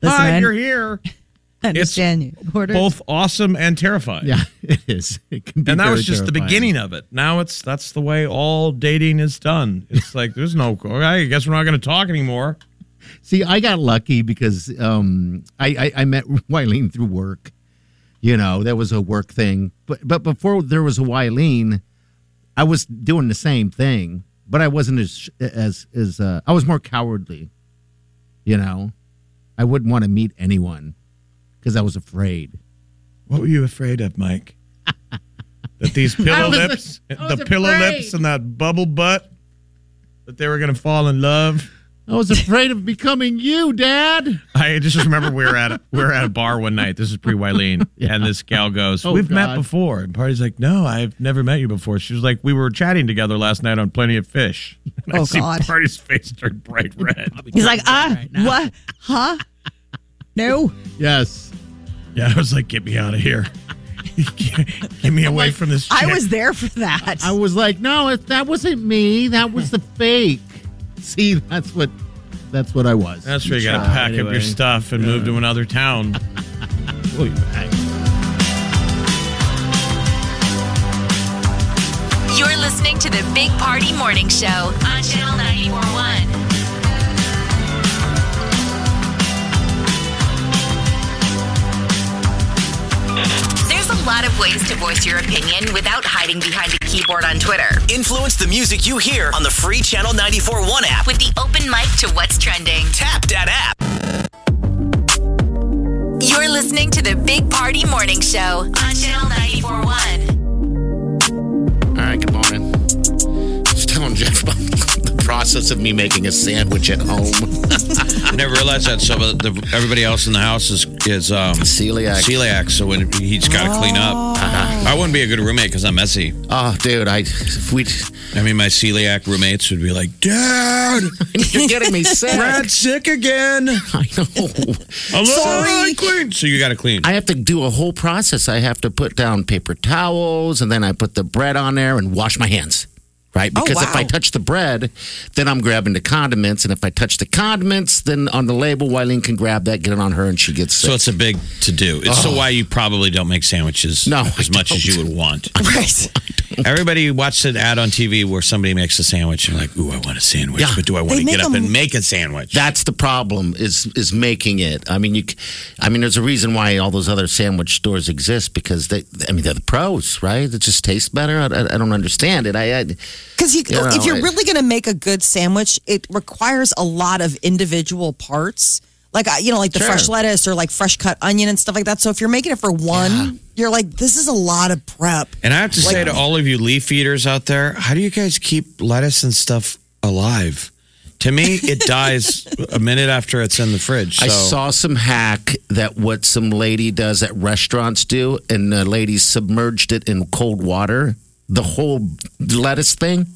Listen,
Hi,
I-
you're here.
I understand you. Ordered.
Both awesome and terrifying.
Yeah, it is. It can be
And that
very
was just the
terrifying.
beginning of it. Now it's that's the way all dating is done. It's like there's no. I guess we're not going to talk anymore.
See, I got lucky because um, I, I I met [laughs] Wileen through work. You know, that was a work thing. But but before there was a Wileen, I was doing the same thing, but I wasn't as as as uh, I was more cowardly. You know, I wouldn't want to meet anyone because I was afraid.
What were you afraid of, Mike? that these pillow
was-
lips,
I
the
was
pillow
afraid.
lips, and that bubble butt, that they were going to fall in love. [laughs]
I was afraid of becoming you, Dad.
I just remember we were at a, we were at a bar one night. This is pre
[laughs]
Wileen, and this gal goes,
Oh,
"We've met
God.
before." And Party's like, "No, I've never met you before." She was like, "We were chatting together last night on Plenty of Fish." [laughs] And I
Oh,
see
God.
Party's face turn bright red.
He's like, ah, what? Huh? No.
Yes.
yeah, I was like, "Get me out of here! [laughs] Get me away from this."
I
chick."
was there for that.
I was like, no, if that wasn't me.
[laughs]
That was the fake. See, that's what that's what I was. Uh,
That's where you got to pack up your stuff and move to another town.
We'll be back.
You're listening to the Big Party Morning Show on Channel 941. There's a lot of ways to voice your opinion without hiding behind a keyboard on Twitter.
Influence the music you hear on the free Channel 94.1 app.
With the open mic to what's trending.
Tap that app.
You're listening to the Big Party Morning Show on Channel 941.
All right, good morning. Just telling Jeff about [laughs] the process of me making a sandwich at home.
I never realized that. So the, the, everybody else in the house is is um,
Celiac.
celiac. So when he's got to clean up, I wouldn't be a good roommate because I'm messy.
Oh, dude, I we [laughs]
I mean, my celiac roommates would be like, "Dad,
you're getting me sick.
Brad's sick again."
I know.
Sorry, clean. So you got to clean.
I have to do a whole process. I have to put down paper towels and then I put the bread on there and wash my hands. Right?
Oh,
Because if I
wow.
touch the bread, then I'm grabbing the condiments. And if I touch the condiments, then on the label, Wileen can grab that, get it on her, and she gets sick.
So it's a big to do. It's so why you probably don't make sandwiches
No, I
as much as you
don't.
would want.
[laughs] right.
Everybody watched an ad on TV where somebody makes a sandwich and like, "Ooh, I want a sandwich,"
Yeah.
but do I want
They
to
make
get up
them-
and make a sandwich?
That's the problem is is making it. I mean, you, c- I mean, there's a reason why all those other sandwich stores exist because they, I mean, they're the pros, right? It just tastes better. I, I, I don't understand it. I, I
Because you,
You know,
if you're
it-
really going to make a good sandwich, it requires a lot of individual parts. Like uh, you know, like the
Sure.
fresh lettuce or like fresh cut onion and stuff like that. So if you're making it for one, you're like, this is a lot of prep. [laughs]
And I have to say to all of you leaf eaters out there, how do you guys keep lettuce and stuff alive? To me, it dies a minute after it's in the fridge. So
I saw some hack that what some lady does at restaurants do, and the lady submerged it in cold water, the whole lettuce thing,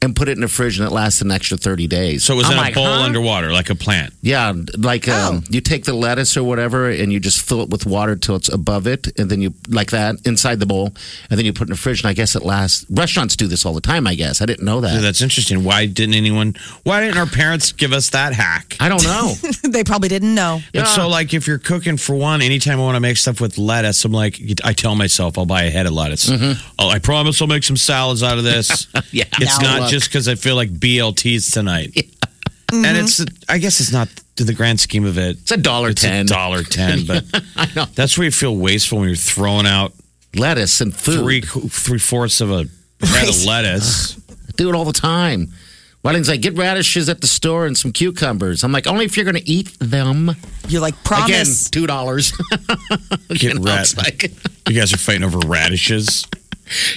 and put it in the fridge and it lasts an extra 30 days.
So it was
I'm
in
like,
a bowl
huh?
underwater, like a plant.
Yeah, like um, you take the lettuce or whatever, and you just fill it with water till it's above it, and then you like that inside the bowl, and then you put it in the fridge. And I guess it lasts. Restaurants do this all the time. I guess I didn't know that.
Yeah, that's interesting. Why didn't anyone? Why didn't our parents give us that hack?
I don't know.
they probably didn't know.
But so, like, if you're cooking for one, anytime I want to make stuff with lettuce, I'm like, I tell myself I'll buy a head of lettuce. Oh, I promise I'll make some salads out of this.
Mm-hmm. [laughs] yeah,
it's
Now
not
look.
just because I feel like BLTs tonight. And it's, I guess it's not to the grand scheme of it. It's
a Mm-hmm. dollar ten.
dollar ten,
[laughs]
but that's where you feel wasteful when you're throwing out
lettuce and food.
Three three fourths of a head of
[laughs]
lettuce.
I do it all the time. Weddings like get radishes at the store and some cucumbers. I'm like only if you're going to eat them.
You're like
Again,
promise.
two
[laughs]
dollars. [laughs]
Get rat-
it's like-
you guys are fighting over radishes.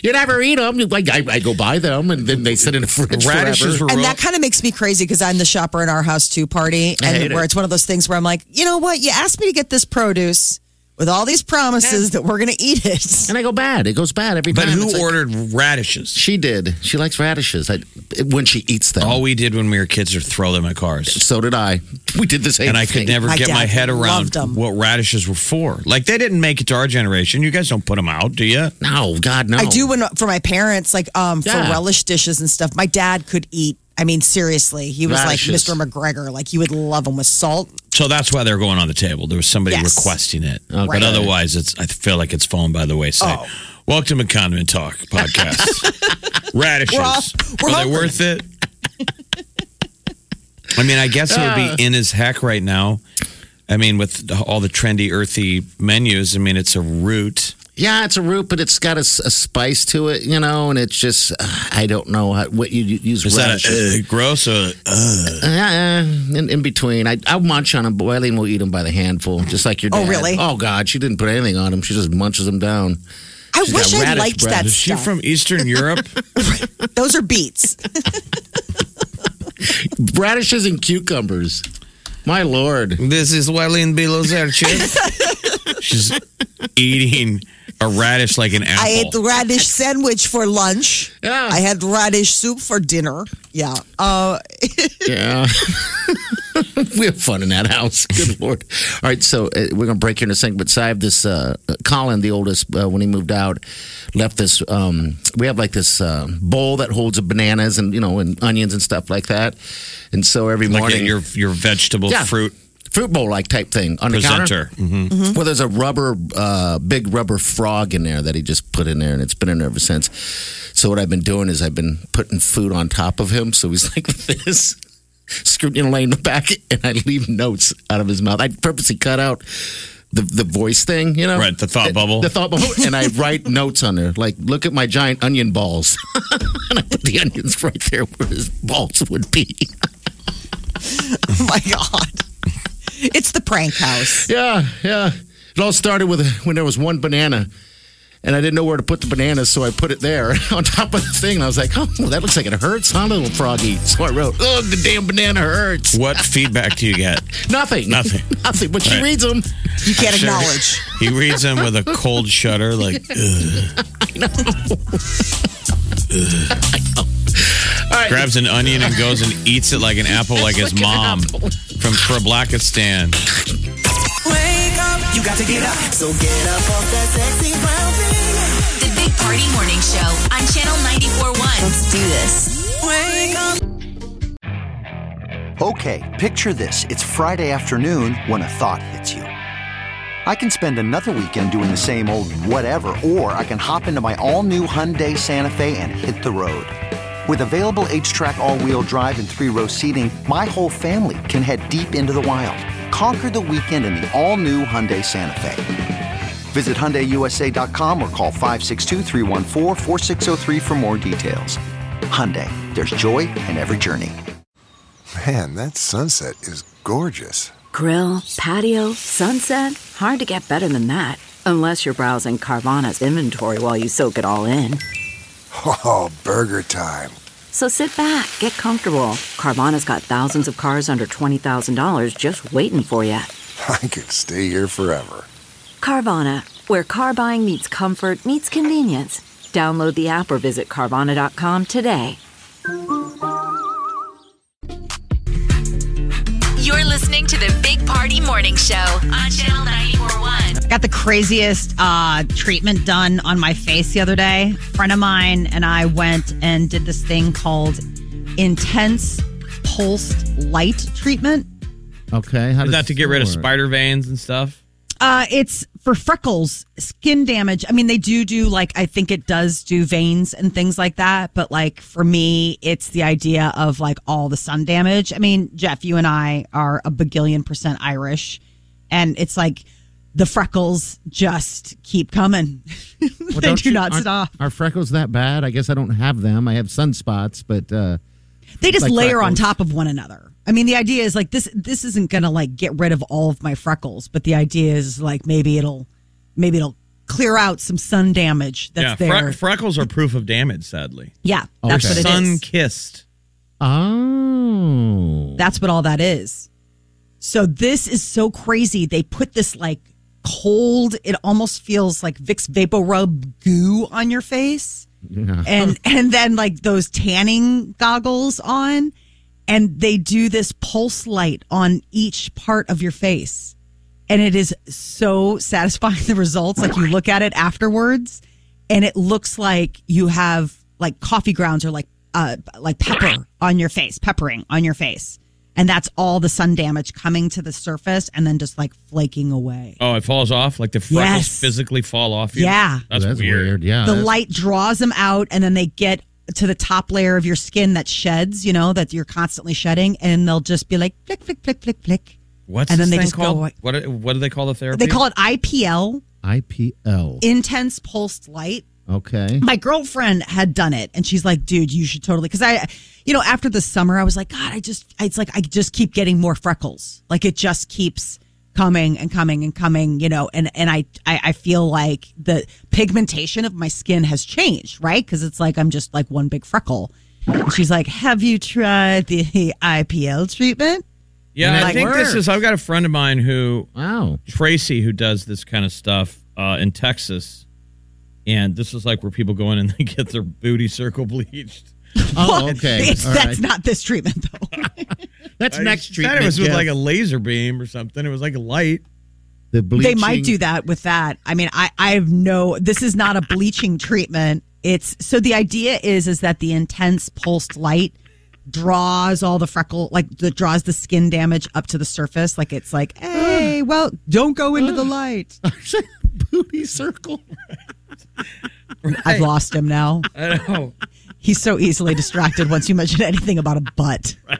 you never eat them. Like I, I go buy them, and then they sit in the fridge.
Radishes
forever.
were
And that kind of makes me crazy because I'm the shopper in our house too party,
I hate
and
it.
where it's one of those things where I'm like, you know what? You asked me to get this produce with all these promises that we're going to eat it,
and I go bad. It goes bad every
But
time.
who
It's like-
ordered radishes?
She did. She likes radishes I, when she eats them.
All we did when we were kids was throw them at cars.
So did I. We did the same
And I could
thing.
never
My
get my
dad
head around
loved 'em.
what radishes were for. Like they didn't make it to our generation. You guys don't put them out, do you?
No, God no.
I do when for my parents, like um,
Yeah.
for relish dishes and stuff. My dad could eat. I mean, seriously, he was
Radishes.
like Mr. McGregor. Like he would love them with salt.
So that's why they're going on the table. There was somebody
Yes.
requesting it,
Right.
but otherwise, it's I feel like it's fallen by the wayside. Welcome to Condiment Talk podcast. radishes
We're all-
are
we're
they
hungry.
worth it? I mean, I guess it would be in his heck right now. I mean, with all the trendy, earthy menus, I mean, it's a root.
Yeah, it's a root, but it's got a, s- a spice to it, you know, and it's just uh, I don't know how, what you, you use.
Is that
radishes.
a, uh, gross or uh,
Uh, uh, in, in between, I I munch on them, but Eileen will eat them by the handful, just like your
Oh,
dad.
really?
Oh God, she didn't put anything on them. She just munches them down.
I
She's
wish
got
I
radish
liked
breath.
that stuff.
Eastern Europe?
Those are
[laughs]
beets.
radishes and cucumbers. My lord,
this is Wileen Bilozerche. [laughs] She's eating a radish like an apple.
I
Oh.
ate the radish sandwich for lunch. Yeah. I had radish soup for dinner. Yeah. Uh, [laughs]
Yeah. [laughs] we have fun in that house. [laughs] Good Lord. All right, so uh, we're going to break here in a second, but so I have this uh, Colin, the oldest, uh, when he moved out, left this. Um, we have like this uh, bowl that holds bananas and, you know, and onions and stuff like that. And so every
like
morning.
a- your your vegetable
Yeah.
fruit
fruit bowl like type thing on
presenter.
the counter. Well, there's a rubber, uh, big rubber frog in there that he just put in there, and it's been in there ever since. So what I've been doing is I've been putting food on top of him, so he's [laughs] like this, screwed in laying in the back, and I leave notes out of his mouth. I purposely cut out. The, the voice thing, you know?
Right, the thought bubble.
Oh. The thought bubble. And I write [laughs] notes on there. Like, look at my giant onion balls. [laughs] and I put the onions right there where his balls would be.
oh my God. It's the prank house.
Yeah, yeah. It all started with when there was one banana, and I didn't know where to put the banana, so I put it there [laughs] on top of the thing. And I was like, "Oh, well, that looks like it hurts, huh, little froggy?" So I wrote, "Oh, the damn banana hurts."
What feedback do you get?
Nothing.
Nothing.
[laughs] Nothing. But she
Right.
reads them.
You can't
Sure.
acknowledge.
He reads them with a cold shudder,
[laughs]
like Ugh.
[laughs] All right.
grabs an onion and goes and eats it like an apple, like his mom from Treblackistan.
Wake up, you got to get up. So get up off that sexy brown
The
thing.
Big Party Morning Show on Channel 941. Let's do this.
Wake up.
Okay, picture this. It's Friday afternoon when a thought hits you. I can spend another weekend doing the same old whatever, or I can hop into my all new Hyundai Santa Fe and hit the road. With available H track, all wheel drive, and three row seating, my whole family can head deep into the wild. Conquer the weekend in the all new Hyundai Santa Fe. Visit HyundaiUSA.com or call 562-314-4603 for more details. Hyundai, there's joy in every journey.
Man, that sunset is gorgeous.
Grill, patio, sunset. Hard to get better than that. Unless you're browsing Carvana's inventory while you soak it all in.
Oh, burger time.
So sit back, get comfortable. Carvana's got thousands of cars under $20,000 just waiting for you.
I could stay here forever.
Carvana, where car buying meets comfort, meets convenience. Download the app or visit Carvana.com today.
You're listening to the Big Party Morning Show on Channel 941.
Got the craziest uh, treatment done on my face the other day. A friend of mine and I went and did this thing called intense pulsed light treatment.
Okay.
Is that to get rid of spider veins and stuff?
Uh, it's for freckles, skin damage. I mean, they do do like I think it does do veins and things like that. But like for me, it's the idea of like all the sun damage. I mean, Jeff, you and I are a bagillion percent Irish, and it's like the freckles just keep coming. [laughs] they [laughs] do not stop.
Are freckles that bad? I guess I don't have them. I have sunspots, but uh,
They just
like
layer on
freckles.
top of one another. I mean, the idea is like this. This isn't gonna like get rid of all of my freckles, but the idea is like maybe it'll, maybe it'll clear out some sun damage that's
yeah, fre-
there.
freckles are proof of damage,
[laughs]
sadly.
Yeah, that's what it is.
Sun kissed.
Oh.
That's what all that is. So this is so crazy. They put this like cold. It almost feels like Vicks VapoRub goo on your face.
yeah.
and and then like those tanning goggles on and they do this pulse light on each part of your face and it is so satisfying [laughs] the results like you look at it afterwards and it looks like you have like coffee grounds or like uh like pepper on your face peppering on your face and that's all the sun damage coming to the surface and then just like flaking away
Oh, it falls off? Like the freckles
Yes.
physically fall off you?
Yeah.
That's, weird.
Yeah.
the light draws them out and then they get to the top layer of your skin that sheds, you know, that you're constantly shedding, and they'll just be like flick, flick, flick, flick, flick.
What's
and then
this
they
thing
just
called?
go away.
What, what do they call the therapy?
They call it IPL,
IPL.
intense pulsed light.
Okay.
My girlfriend had done it, and she's like, "Dude, you should totally." Because I, you know, after the summer, I was like, "God, I just," it's like I just keep getting more freckles. Like it just keeps coming and coming and coming, you know. And and I I, I feel like the pigmentation of my skin has changed, right? Because it's like I'm just like one big freckle. And she's like, "Have you tried the IPL treatment?"
Yeah,
And
I
like,
think this
"Works."
is. I've got a friend of mine who,
wow,
Tracy, who does this kind of stuff uh, in Texas, and this is like where people go in and [laughs] they get their booty circle bleached.
[laughs]
Oh,
It's, that's not this treatment though.
That's next
she said It
treatment,
was with
Jeff.
like a laser beam or something. It was like a light.
The
They might do that with that. I mean, I I have no. This is not a bleaching treatment. It's so the idea is is that the intense pulsed light draws all the freckle like the draws the skin damage up to the surface. Like it's like, hey, well, don't go into the light.
booty circle.
I've lost him now.
I know.
He's so easily distracted once you mention anything about a butt.
Right.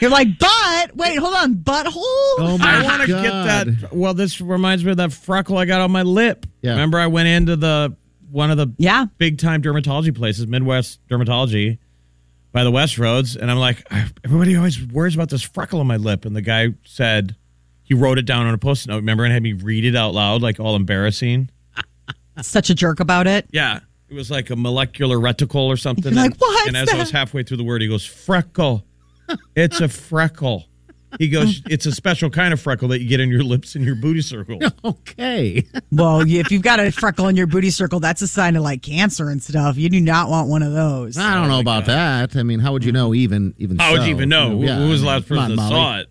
You're like, but wait, hold on, butthole. Oh
I want to get that. Well, this reminds me of that freckle I got on my lip. Remember, I went into the one of the
yeah
big time dermatology places, Midwest Dermatology, by the West Roads, and I'm like, everybody always worries about this freckle on my lip, and the guy said he wrote it down on a post-it note. Remember, and had me read it out loud, like all embarrassing.
Such a jerk about it.
Yeah. It was like a molecular reticle or something.
You're like,
and,
"What's
and as I was
that?"
halfway through the word, he goes, freckle. It's a freckle. He
[laughs]
goes, it's a special kind of freckle that you get in your lips and your booty circle. [laughs]
Okay.
Well, you- if you've got a freckle in your booty circle, that's a sign of like cancer and stuff. You do not want one of those.
I don't know about that. I mean, how would you know? Even even
Oh How would
so?
you even know? Who-
yeah,
Who was the
I mean,
last
come
person
on,
that
Molly.
saw it?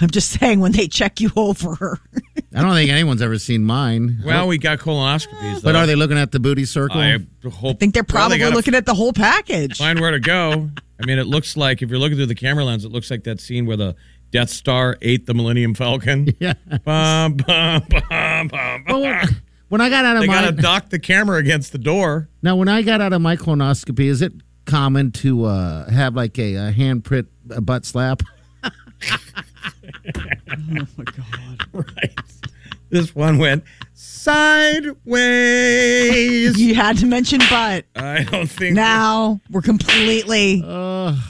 I'm just saying when they check you over. [laughs]
I don't think anyone's ever seen mine.
Well, we got colonoscopies.
but
though.
are they looking at the booty circle?
I hope.
I think they're
Well,
probably
they gotta
looking at the whole package.
Find where to go. I mean, it looks like if you're looking through the camera lens, it looks like that scene where the Death Star ate the Millennium
[laughs]
Falcon.
Yeah.
Bum, bum, bum, bum, bum.
when I got out of
They
my
gotta dock the camera against the door.
[laughs] Now, when I got out of my colonoscopy, is it common to uh, have like a, a handprint a butt slap?
[laughs] Right. This one went sideways.
you had to mention butt.
I don't think.
Now we're completely.
Oh,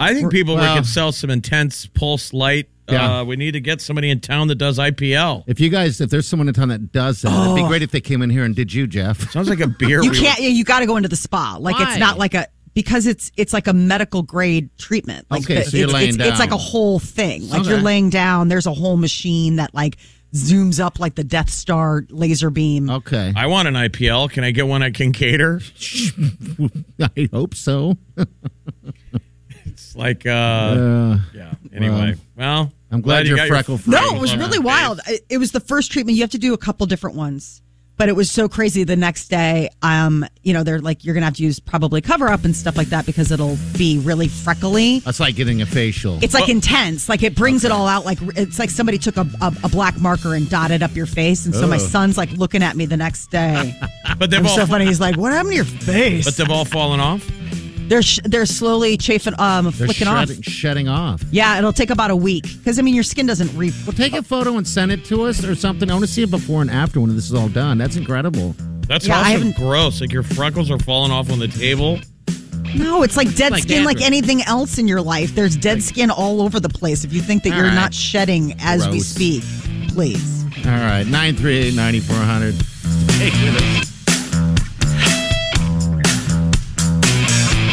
I think people we
Well-
could sell some intense pulse light.
Yeah.
Uh, we need to get somebody in town that does IPL.
If you guys, if there's someone in town that does that, it'd be
Oh.
great if they came in here and did you, Jeff.
Sounds
[laughs]
like a beer.
you
we-
can't. Yeah, you got to go into the spa. Like
Why?
it's not like a because it's it's like a medical grade treatment. Like
Okay,
the-
so you're
it's,
laying
it's, it's
down.
like a whole thing. Like
Okay.
you're laying down. There's a whole machine that like zooms up like the Death Star laser beam.
Okay.
I want an IPL. Can I get one at Kincaidor?
[laughs] I hope so.
It's like, uh,
Uh,
yeah. Anyway, well,
I'm glad
you
you're
got your-
freckle-free.
No, it was really wild. It, it was the first treatment. You have to do a couple different ones, but it was so crazy. The next day, um, you know, they're like, you're gonna have to use probably cover up and stuff like that because it'll be really freckly.
That's like getting a facial.
It's like intense. Like it brings it all out. Like it's like somebody took a, a, a black marker and dotted up your face. And so my
Ugh.
son's like looking at me the next day.
[laughs] But
it
they've
was
all
so funny. He's like, "What happened to your
[laughs]
face?"
But they've all fallen off.
They're sh- they're slowly chafing, um,
They're
flicking
shedding,
off.
shedding off.
Yeah, it'll take about a week because I mean your skin doesn't re.
Well, take a photo and send it to us or something. I want to see it before and after when this is all done. That's incredible.
That's
Yeah, I
also
haven't-
gross. Like your freckles are falling off on the table.
No, it's like dead
Like
skin, like
dandruff.
anything else in your life. There's dead skin all over the place. If you think that
All
you're
right.
not shedding as we
Gross.
speak, please.
All right, 938 9400.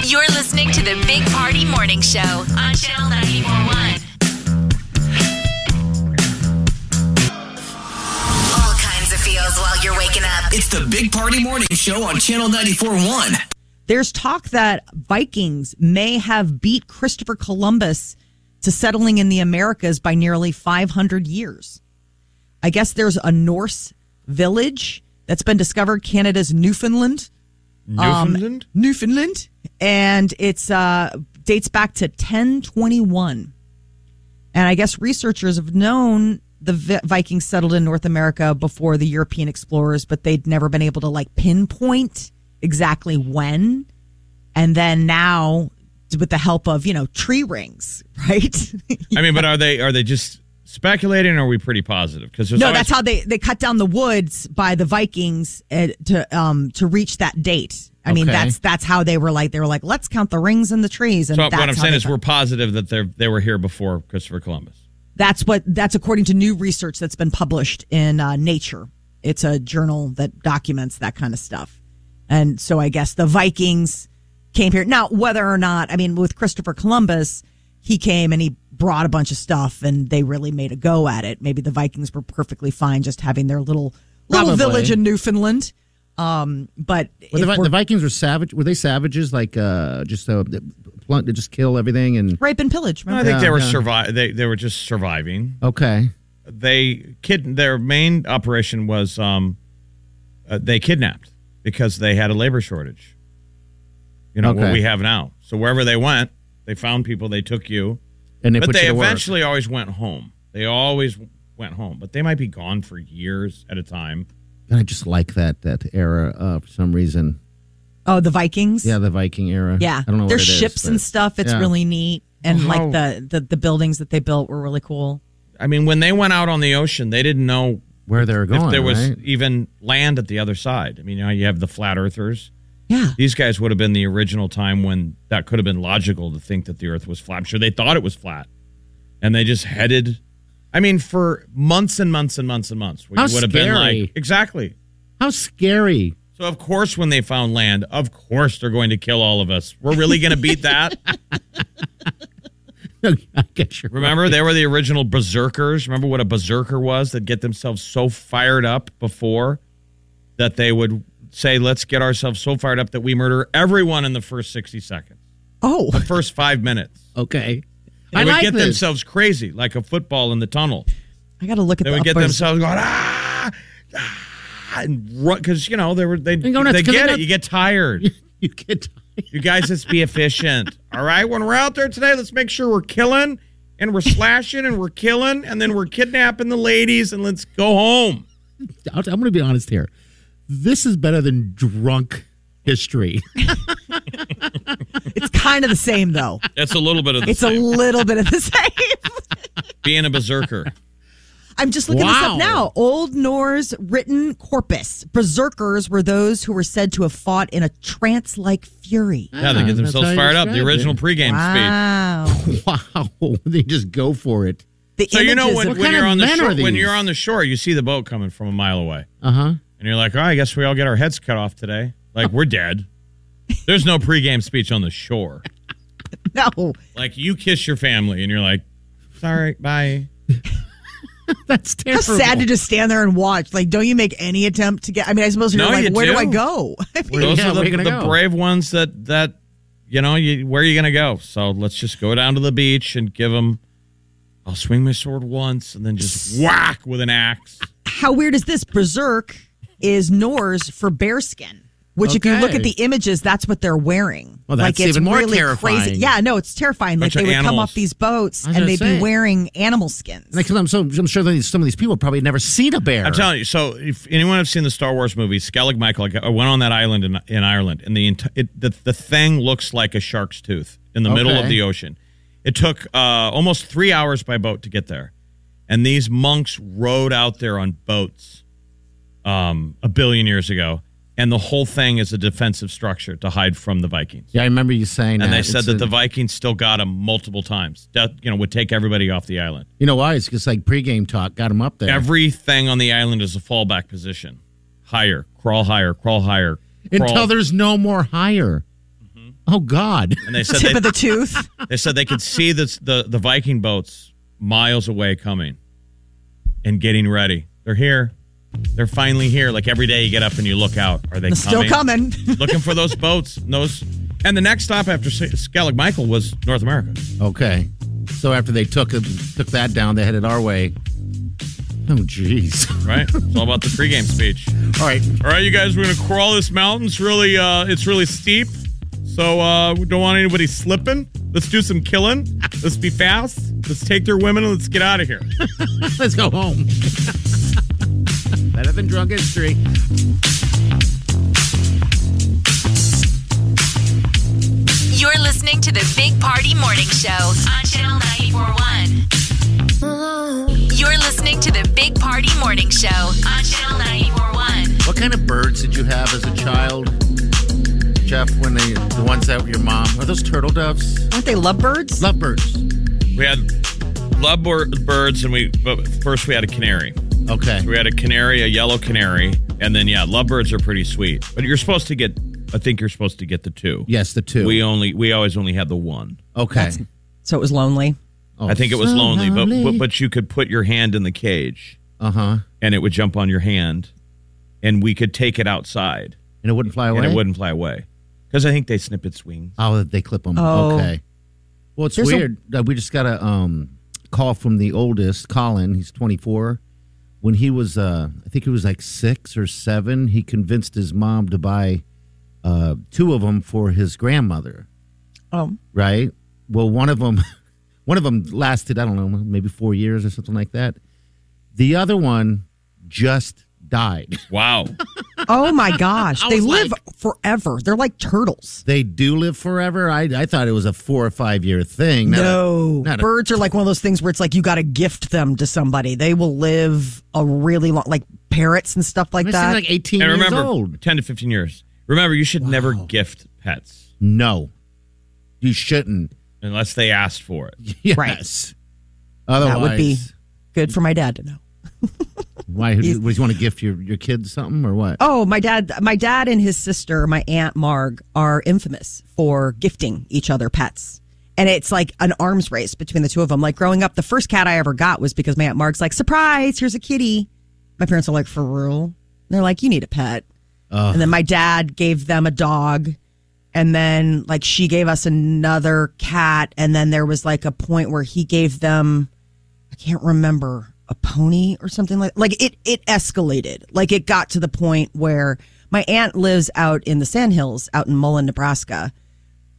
You're listening to the Big Party Morning Show on Channel 941. All kinds of feels while you're waking up.
It's the Big Party Morning Show on Channel 94.1.
There's talk that Vikings may have beat Christopher Columbus to settling in the Americas by nearly 500 years. I guess there's a Norse village that's been discovered, Canada's Newfoundland. Um,
Newfoundland?
Newfoundland. And it's uh, dates back to 1021. And I guess researchers have known the Vi- Vikings settled in North America before the European explorers, but they'd never been able to like pinpoint exactly when. And then now, with the help of you know tree rings, [laughs] right?
I mean, but are they are they just speculating? or Are we pretty positive? Because
no, that's how they they cut down the woods by the Vikings uh, to um to reach that date. I mean,
Okay.
that's that's how they were like they were like let's count the rings in the trees, and
So
that's
what I'm
how
saying
they
is, we're positive that they are they were here before Christopher Columbus.
That's what that's according to new research that's been published in uh, Nature. It's a journal that documents that kind of stuff. And so I guess the Vikings came here. Now, whether or not, I mean, with Christopher Columbus, he came and he brought a bunch of stuff and they really made a go at it. Maybe the Vikings were perfectly fine just having their little little
Probably.
village in Newfoundland. Um, but
Well, the,
if
Vi-
we're-
the Vikings were savage. Were they savages? Like uh, just uh, blunt, just kill everything and
rape and pillage.
No, I
Remember?
think they were
yeah.
survive. They they were just surviving.
okay.
They kid. Their main operation was um, uh, they kidnapped because they had a labor shortage. You know what
Okay.
we have now. So wherever they went, they found people. They took you,
And they
but
put you
they
to work.
eventually always went home. They always went home, but they might be gone for years at a time.
And I just like that that era uh, for some reason.
Oh, the Vikings.
Yeah, the Viking era.
Yeah,
I don't know.
There's
what it is,
ships and
but-
stuff. It's
yeah. Oh,
really neat, and
Wow.
like the, the the buildings that they built were really cool.
I mean, when they went out on the ocean, they didn't know
where they were
if
going.
there was
right?
even land at the other side. I mean, now you have the flat earthers.
Yeah.
These guys would have been the original time when that could have been logical to think that the earth was flat. I'm sure they thought it was flat. And they just headed I mean, for months and months and months and months. We
How
would have been
scary.
like Exactly.
how scary. [laughs]
So of course when they found land, of course they're going to kill all of us. We're really gonna beat that.
I guess you're
Remember, they were the original berserkers. Remember what a berserker was? They'd get themselves so fired up before that they would say, let's get ourselves so fired up that we murder everyone in the first 60 seconds,
Oh,
the first five minutes.
Okay.
They
I
would
like
get
this.
themselves crazy, like a football in the tunnel.
I got to look at
They
the
would get
uppers.
themselves going, ah, ah and run, because, you know, they were, they,
go nuts
they
'cause they
get
know-
it. You get tired.
[laughs] you get
You guys, let's be efficient. All right. When we're out there today, let's make sure we're killing and we're slashing and we're killing and then we're kidnapping the ladies and let's go home.
I'll- I'm going to be honest here. This is better than drunk history. [laughs]
It's kind of the
[laughs]
same though.
That's a little bit of the
It's a little bit of the [laughs] same.
being a berserker.
I'm just looking this
Wow.
up now. Old Norse written corpus. Berserkers were those who were said to have fought in a trance-like fury.
yeah, they get
that's how
themselves
you
fired up. The
describe
original
it.
pregame speech.
Wow.
Wow, [laughs] they just go for it.
The
So you know
images
when,
of- [laughs]
when you're on the
men
shore,
are
when
these?
you're on the shore, you see the boat coming from a mile away,
Uh huh.
and you're like, "Oh, I guess we all get our heads cut off today. Like we're dead." There's no pregame speech on the shore.
no.
Like you kiss your family, and you're like, "Sorry, bye."
That's
How
terrible.
sad to just stand there and watch. Like, don't you make any attempt to get? I mean, I suppose you're
No,
like,
you
where do.
do.
I go? [laughs] I mean,
Those are the, the brave ones that that you know. You, where are you going to go? So let's just go down to the beach and give them. I'll swing my sword once and then just whack with an axe.
How weird is this? Berserk is Norse for bearskin, which if you look
Okay.
at the images, that's what they're wearing.
Well, that's
it's
even more
Crazy.
terrifying.
Yeah, no, it's terrifying. Like
Bunch of
they would come
animals.
off these boats
I was
and
gonna
they'd
say.
be wearing animal skin.
Like, 'cause I'm so I'm sure that some of these people probably never seen a bear.
I'm telling you. So, if anyone have seen the Star Wars movie, Skellig Michael, I went on that island in, in Ireland, and the, enti- it, the the thing looks like a shark's tooth in the middle
Okay.
of the ocean. It took uh, almost three hours by boat to get there, and these monks rowed out there on boats um, a billion years ago, and the whole thing is a defensive structure to hide from the Vikings.
Yeah, I remember you saying
And
that.
they said
It's
that
a-
the Vikings still got them multiple times. That, you know, would take everybody off the island.
You know why? It's just like pregame talk got him up there.
Everything on the island is a fallback position. Higher, crawl higher, crawl higher. Crawl.
until there's no more higher.
Mm-hmm.
Oh God!
and they said they,
tooth.
they said they could see this, the the Viking boats miles away coming and getting ready. They're here. They're finally here. Like every day you get up and you look out. Are they
They're still coming?
looking for those boats. And those and the next stop after Skellig Michael was North America.
[laughs] Okay, so after they took took that down, they headed our way. Oh jeez! [laughs]
Right? It's all about the pregame speech.
All right.
All right, you guys, we're gonna crawl this mountain. It's really uh it's really steep. So uh we don't want anybody slipping. Let's do some killing. Let's be fast. Let's take their women and let's get out of here.
Let's go home. [laughs] Better than drunk history.
You're listening to the Big Party Morning Show on Channel 941. You're listening to the Big Party Morning Show on Channel 941.
What kind of birds did you have as a child, Jeff? When they the ones that were your mom are those turtle doves?
Aren't they lovebirds?
Lovebirds.
We had lovebirds, and we but first we had a canary.
Okay.
we had a canary, a yellow canary, and then yeah, lovebirds are pretty sweet. But you're supposed to get, I think you're supposed to get the two.
Yes, the two.
We only, we always only had the one.
Okay. Oh.
so it was lonely.
I think it was
so
lonely, But,
lonely.
but but you could put your hand in the cage,
Uh huh.
and it would jump on your hand, and we could take it outside,
And it wouldn't fly away.
and it wouldn't fly away, because I think they snip its wings.
Oh, they clip them.
Oh.
Okay. Well, it's
There's a-
weird. that we just got a um, call from the oldest, Colin. He's 24. When he was, uh, I think he was like six or seven, he convinced his mom to buy uh, two of them for his grandmother.
Oh.
Right. Well, one of them, [laughs] one of them lasted. I don't know, maybe four years or something like that. The other one just died. [laughs]
[laughs]
Wow.
Oh my gosh.
I
they
was
live forever. They're like turtles.
They do live forever. I I thought it was a four or five year thing. not a-
no.
not a
Birds are like one of those things where it's like you got to gift them to somebody. They will live a really long, like parrots and stuff like that.
and remember, ten to fifteen years. Remember, you should never gift pets
No, you shouldn't. [laughs]
unless they asked for it.
Yes. Otherwise,
That would be good for my dad to know.
why? Would you, would you want to gift your your kids something or what?
Oh, my dad, my dad and his sister, my aunt Marg, are infamous for gifting each other pets. And it's like an arms race between the two of them. Like growing up, the first cat I ever got was because my aunt Marg's like, surprise, here's a kitty. My parents are like, for real? And they're like, you need a pet. And then my dad gave them a dog. And then like she gave us another cat. And then there was like a point where he gave them, I can't remember a pony or something like like it it escalated. Like it got to the point where my aunt lives out in the Sandhills out in Mullen, Nebraska.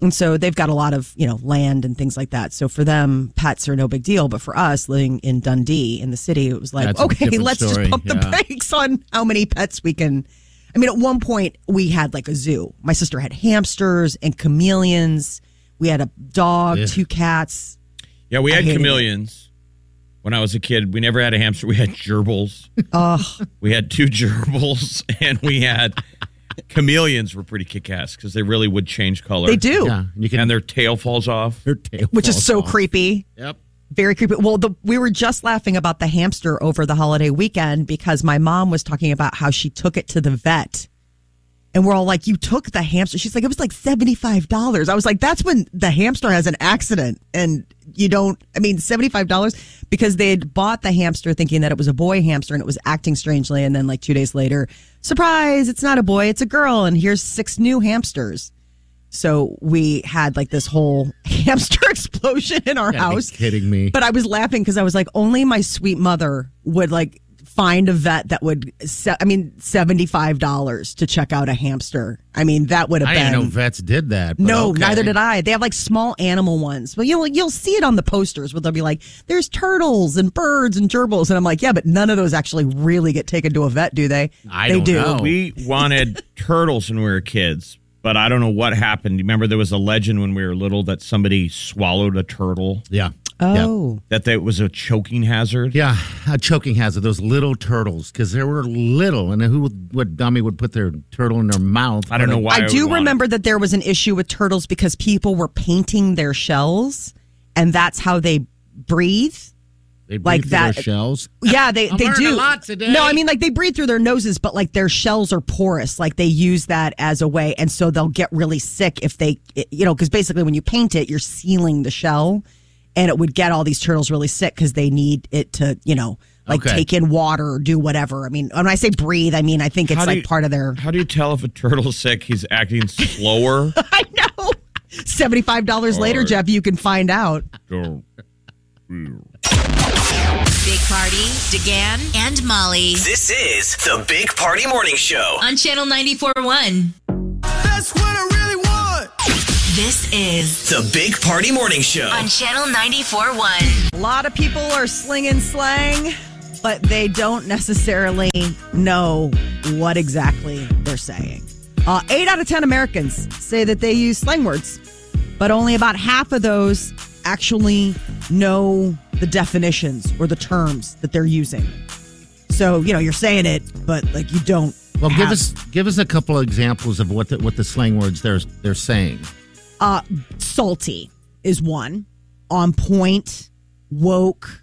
And so they've got a lot of, you know, land and things like that. So for them, pets are no big deal. But for us living in Dundee in the city, it was like,
That's a
okay,
different
let's
story,
just pump the
yeah.
brakes on how many pets we can. I mean, at one point we had like a zoo. My sister had hamsters and chameleons. We had a dog,
Yeah.
two cats.
Yeah, we
I
had
hated it.
chameleons when I was a kid. We never had a hamster. We had
[laughs]
gerbils.
Oh,
We had two gerbils, [laughs] and we
[laughs]
had chameleons. Were pretty kick-ass because they really would change color.
They do. Yeah,
and their tail falls off.
[laughs] Their tail,
which is so creepy.
Yep.
Very creepy. Well, the, we were just laughing about the hamster over the holiday weekend because my mom was talking about how she took it to the vet And we're all like, you took the hamster. She's like, it was like $75. I was like, that's when the hamster has an accident. And you don't, I mean, $75 because they had bought the hamster thinking that it was a boy hamster and it was acting strangely. And then, like, two days later, surprise, it's not a boy, it's a girl. And here's six new hamsters. So we had like this whole [laughs] hamster explosion in our
Gotta be
house.
kidding me.
But I was laughing because I was like, only my sweet mother would like find a vet that would. Se- I mean, seventy five dollars to check out a hamster. I mean, that would have
I
been
didn't know vets did that. but
no,
okay.
neither did I. They have like small animal ones. Well, you'll you'll see it on the posters where they'll be like, "There's turtles and birds and gerbils," and I'm like, "Yeah, but none of those actually really get taken to a vet, do they?" they do.
We wanted turtles when we were kids, but I don't know what happened. You Remember, there was a legend when we were little that somebody swallowed a turtle.
Yeah.
Oh.
That that was a choking hazard.
Yeah, a choking hazard. Those little turtles, because they were little, and who, would- what dummy would put their turtle in their mouth?
I don't know
I do remember that there was an issue with turtles because people were painting their shells, and that's how they breathe.
They
like
breathe through their
that-
shells.
Yeah, they
I'm
they
learning
do.
a lot today.
No, I mean like they breathe through their noses, but like their shells are porous. Like they use that as a way, and so they'll get really sick if they, you know, because basically when you paint it, you're sealing the shell, and it would get all these turtles really sick because they need it to, you know, like
Okay.
take in water or do whatever. I mean, when I say breathe, I mean I think it's
How do
like
you-
part of
[laughs]
their
How do you tell if a turtle's sick? He's acting
[laughs]
slower.
seventy five dollars later,
Alright.
Jeff. You can find out.
Big Party, DeGan, and Molly.
This is the Big Party Morning Show.
On Channel 94.1. That's what I really want. This is
The Big Party Morning Show.
on Channel 94.1.
A lot of people are slinging slang, but they don't necessarily know what exactly they're saying. Uh, eight out of 10 Americans say that they use slang words, but only about half of those actually know the definitions or the terms that they're using. So, you know, you're saying it, but like you don't.
Well, give
have-
us give us a couple of examples of what the, what the slang words they're they're saying.
Uh, salty is one. On point, woke,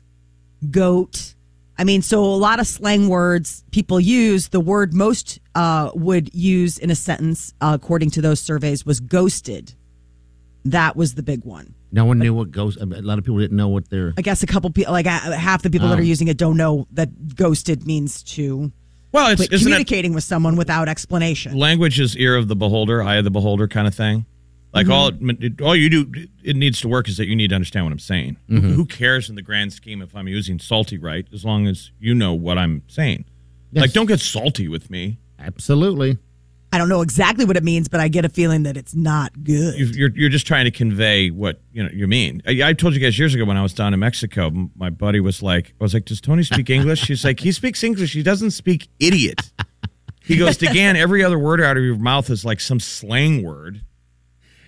goat. I mean, so a lot of slang words people use. The word most uh, would use in a sentence, uh, according to those surveys, was ghosted. That was the big one.
No one knew what ghost. A lot of people didn't know what they're.
I guess a couple people, like uh, half the people that are
Oh.
using it, don't know that ghosted means to.
Well, it's-
quit
isn't it-
communicating with someone without explanation.
Language is ear of the beholder, eye of the beholder, kind of thing. Like
Mm-hmm.
all it, all you do, it needs to work is that you need to understand what I'm saying.
Mhm.
Who cares in the grand scheme if I'm using salty right, as long as you know what I'm saying.
Yes.
Like, don't get salty with me.
Absolutely.
I don't know exactly what it means, but I get a feeling that it's not good.
you you're you're just trying to convey what you know you mean. I, I told you guys years ago when I was down in Mexico, m- my buddy was like, I was like, "Does Tony speak English?" She's like, "He speaks English. He doesn't speak idiot." He goes, "Degan, every other word out of your mouth is like some slang word."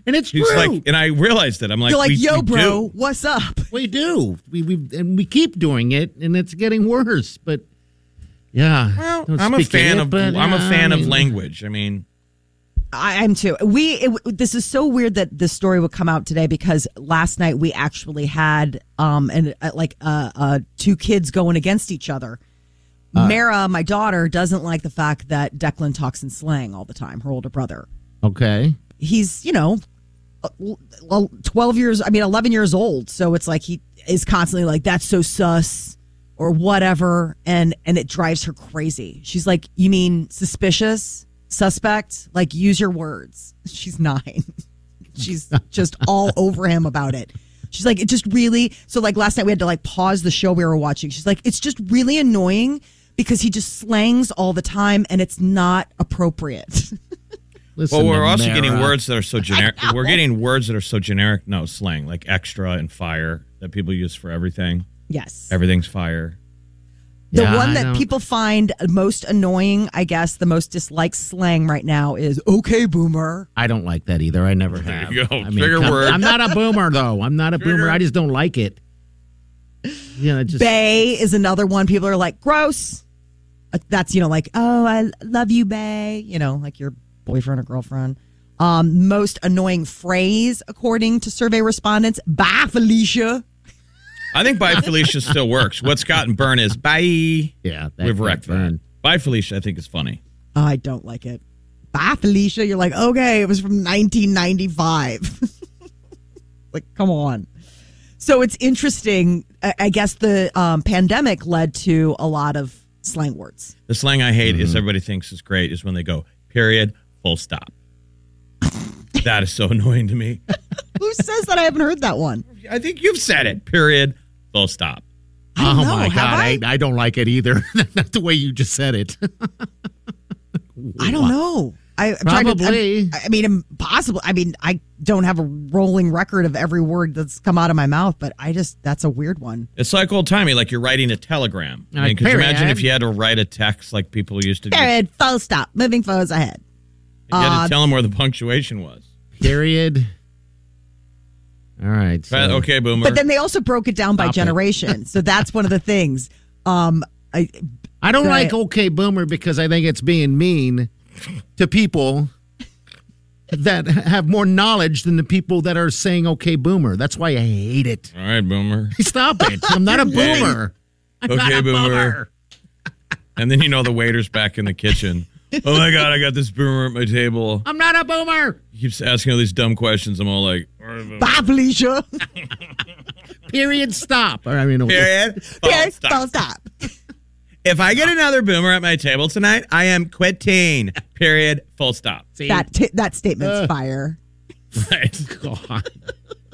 And it's
He's
true.
like, and I realized that I'm like,
You're like,
"We-
yo,
we
bro,
do."
what's up?
We do. We we and we keep doing it, and it's getting worse. But yeah,
Well,
Don't
I'm a
speak
fan
it,
of
but,
I'm a
yeah,
fan
I
of
mean-
language. I mean,
I am too. We it, this is so weird that this story would come out today because last night we actually had um and uh, like uh, uh two kids going against each other. Mara, my daughter, doesn't like the fact that Declan talks in slang all the time. Her older brother.
Okay.
He's you know, l- l- twelve years. I mean, eleven years old. So it's like he is constantly like that's so sus or whatever, and and it drives her crazy. She's like, you mean suspicious, suspect? Like use your words. [laughs] She's nine. She's just all over him about it. She's like, it just really. So like last night we had to like pause the show we were watching. She's like, it's just really annoying because he just slangs all the time and it's not appropriate. [laughs]
well,
Listen
we're
to
also
Mara.
getting words that are so generic. We're getting words that are so generic. No slang, like extra and fire that people use for everything.
Yes.
everything's fire.
The
Yeah,
one
I
that
don't-
people find most annoying, I guess, the most disliked slang right now is "Okay, boomer."
I don't like that either. I
[laughs]
never have.
you go.
I
Trigger
come-
word.
I'm not a boomer though. I'm not a boomer. I just don't like it. Yeah, it just
Bay is another one. People are like, "Gross." Uh, That's you know, like, "Oh, I love you, Bay." You know, like your boyfriend or girlfriend. Um, most annoying phrase according to survey respondents: "Bye, Felicia."
I think
[laughs]
Bye Felicia still works. What's gotten burned is Bye.
Yeah,
we've wrecked that. Bye Felicia, I think is funny.
I Oh, don't like it. bye, Felicia. You're like, okay, it was from 1995. [laughs] like, come on. So it's interesting. I, I guess the um, pandemic led to a lot of slang words.
The slang I hate
Mm-hmm.
is everybody thinks is great is when they go period, full
[laughs]
stop. that is so annoying to me.
Who says that I haven't heard that one?
I think you've said it. Period, full stop.
Oh my god, I? I don't like it either. [laughs] Not the way you just said it.
I don't know. I, I'm trying
Probably.
To, I, I mean, impossible. I mean, I don't have a rolling record of every word that's come out of my mouth, but I just, that's a weird one.
It's like old timey, like you're writing a telegram. I mean,
Like,
could you imagine
period.
if you had to write a text like people used to do?
Period. Full stop. Moving forwards ahead.
You had
Uh,
to tell them where the punctuation was.
Period. All right.
Right,
so-
okay, boomer.
But then they also broke it down by
Stop it.
generation. so that's one of the things. Um, I,
I don't
that I-
like okay boomer because I think it's being mean to people that have more knowledge than the people that are saying okay boomer. That's why I hate it.
All right, boomer.
Stop it. I'm not a
[laughs] Hey.
boomer. I'm
okay,
not a
boomer. And then you know the waiter's back in the
[laughs]
kitchen. Oh my god, I got this boomer at my table.
I'm not a boomer.
He keeps asking all these dumb questions. I'm all like,
Bye, Felicia. [laughs]
Period. Stop. Or, I
[laughs]
mean,
Period.
Full stop.
If I get another boomer at my table tonight, I am quitting. Period. Full stop.
That, t- that statement's fire.
[laughs] God,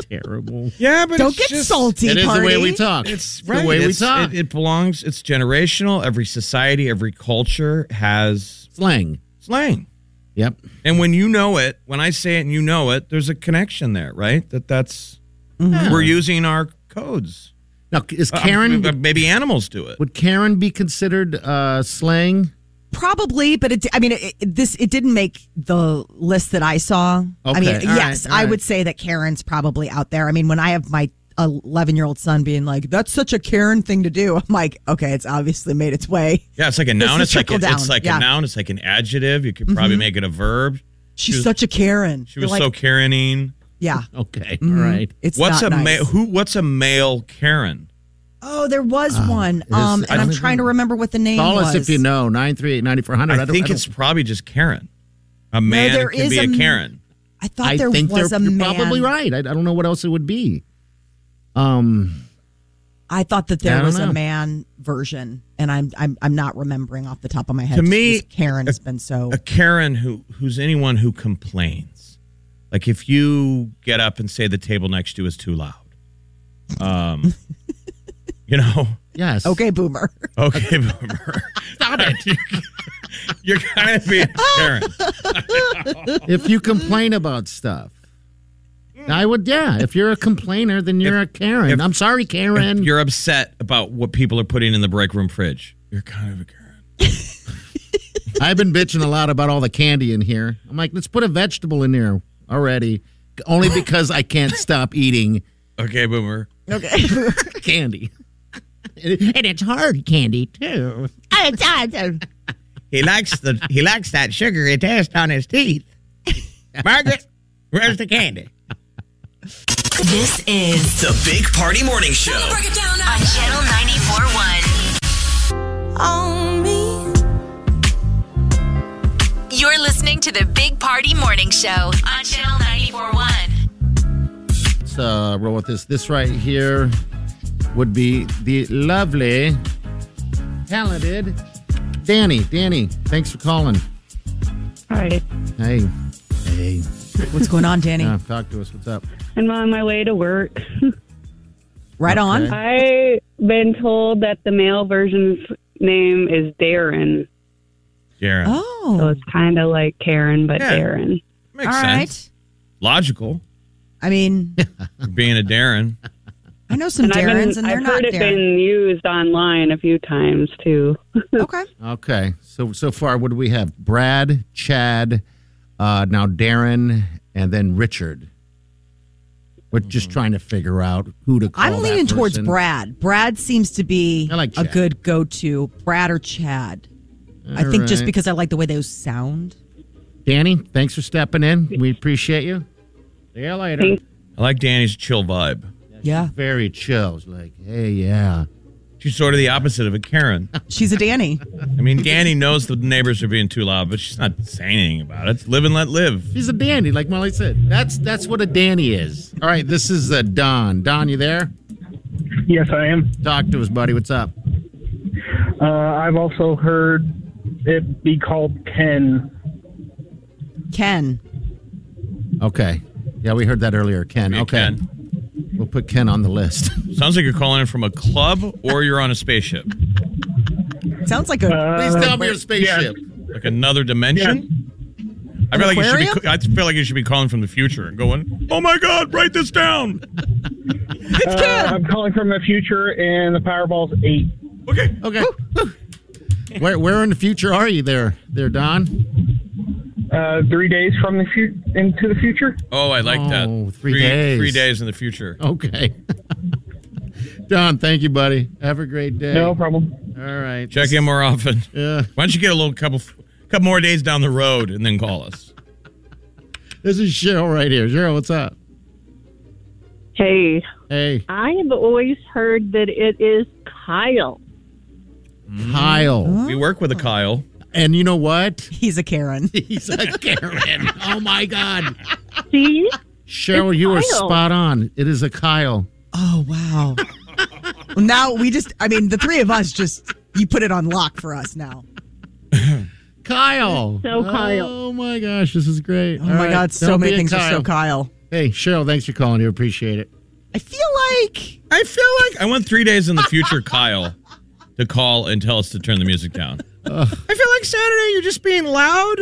terrible.
Yeah, but
Don't
it's
get
just-
salty. party.
It's
It's
right.
the way we
It's-
talk.
It, it belongs. It's generational. Every society, every culture has
slang.
Slang.
Yep.
And when you know it, when I say it and you know it, there's a connection there, right? That that's
Mm-hmm.
we're using our codes.
Now, is Karen-
Uh, maybe animals do it.
Would Karen be considered uh, slang?
Probably, but it, I mean, it, it- this it didn't make the list that I saw. I
Okay,
mean,
all right,
yes,
all
I
right.
would say that Karen's probably out there. I mean, when I have my 11 year old son being like, "That's such a Karen thing to do," [laughs] I'm like, "Okay, it's obviously made its way."
Yeah, it's like a
This
noun.
is
It's like a,
trickle
it's
down,
like
yeah.
a noun. It's like an adjective. You could probably
Mhm.
make it a verb.
She's such a Karen.
She
You're
was
like,
so Karening.
yeah.
Okay,
Mhm. right. It's
what's
not
a
nice.
ma- who? What's a male Karen?
Oh, there was one,
is-
um,
I
and I'm
don't
trying to remember what the name
Call
was.
us if you know. 938 9400.
I think it's probably just Karen. A
No,
man
there
could
is
be a,
a m-
Karen.
I thought there was a
you're
man.
probably right. I, I don't know what else it would be. Um,
I thought that
I
there
don't
was
know.
a man version, and I'm I'm I'm not remembering off the top of my head.
To
just
me,
because Karen has been so.
A Karen who who's anyone who complains. Like if you get up and say the table next to you is too loud.
[laughs]
Um, you know.
Yes.
Okay, boomer. [laughs]
Okay, boomer.
Stop it.
[laughs] You're kind of being a Karen.
[laughs] if you complain about stuff, I would. Yeah, if you're a complainer, then you're a Karen. I'm sorry, Karen.
If you're upset about what people are putting in the break room fridge. You're kind of a Karen.
I've been bitching a lot about all the candy in here. I'm like, let's put a vegetable in there already, only because I can't stop eating
Okay, boomer.
[laughs]
Okay.
candy. [laughs] And it's hard candy too.
He likes the he likes that sugary taste on his teeth. Margaret, where's the candy?
This is
The Big Party Morning Show.
on Channel 94.1. On me. You're listening to the Big Party Morning Show on Channel 94.1.
Let's uh, roll with this. This right here would be the lovely, talented Danny. Danny, thanks for calling.
Hi.
Hey. Hey.
What's going on, Danny?
Yeah, talk to us. What's up?
I'm on my way to work.
Right on.
I've been told that the male version's name is Darren.
Karen.
Oh.
So it's kind of like Karen, but
Yeah.
Darren.
Makes sense. Logical.
I mean,
Being a Darren.
I know some
And I've been-
Darrens, and they're
I've
not
heard it
Darren.
been used online a few times too. [laughs]
okay.
Okay. So so far, what do we have? Brad, Chad, uh, now Darren, and then Richard. We're just trying to figure out who to call.
Mm-hmm. I'm
that
leaning towards
person.
Brad. Brad seems to be a
Chad.
good go-to. Brad or Chad. I
All
think just
right.
because I like the way those sound.
Danny, thanks for stepping in. We appreciate you. See you later.
I like Danny's chill vibe.
Yeah.
Very chill. It's like, hey, yeah.
She's sort of the opposite of a Karen.
She's a
[laughs]
Danny.
I mean, Danny knows the neighbors are being too loud, but she's not saying anything about it. Live and let live.
She's a dandy, like Molly said. That's that's what a dandy is. All right, this is uh, Don. Don, you there?
Yes, I am.
Talk to us, buddy. What's up?
Uh, I've also heard it be called Ken.
Ken.
Okay. Yeah, we heard that earlier. Ken.
Yeah,
Okay. We'll put Ken on
[laughs]
the list.
Sounds like you're calling in from a club or you're on a spaceship.
Sounds like a.
Please tell me your spaceship.
Like another dimension? I feel
An
like you should be
aquarium?
I feel like you should be calling from the future and going, Oh my god, write this down.
It's Ken. I'm calling from the future, and the Powerball's eight.
Okay.
Okay. Where where in the future are you there, there, Don?
Uh, three days from the future into the future.
Oh, I like
Oh,
that.
three days.
Three days in the future.
Okay. [laughs] Don, thank you, buddy. Have a great day.
No
problem.
All right.
Check in more often. [laughs]
Yeah.
Why don't you get a little couple couple more days down the road and then call us?
This is Cheryl right here. Cheryl, what's up?
Hey.
Hey.
I have always heard that it is Kyle.
Kyle.
Mm-hmm.
We work with a Kyle.
And you know what? [laughs]
He's a Karen.
He's a Karen. oh my God.
See?
Cheryl,
It's
you are
Kyle.
spot on. It is a Kyle.
Oh wow. Well, now we just. I mean, the three of us just. You put it on lock for us now.
Kyle.
So Kyle.
Oh my gosh, this is great.
Oh my God, so many things are so Kyle.
Hey, Cheryl, thanks for calling. You appreciate it.
I feel like.
I feel like I want three days in the future, Kyle, to call and tell us to turn the music down.
I feel like Saturday you're just being loud.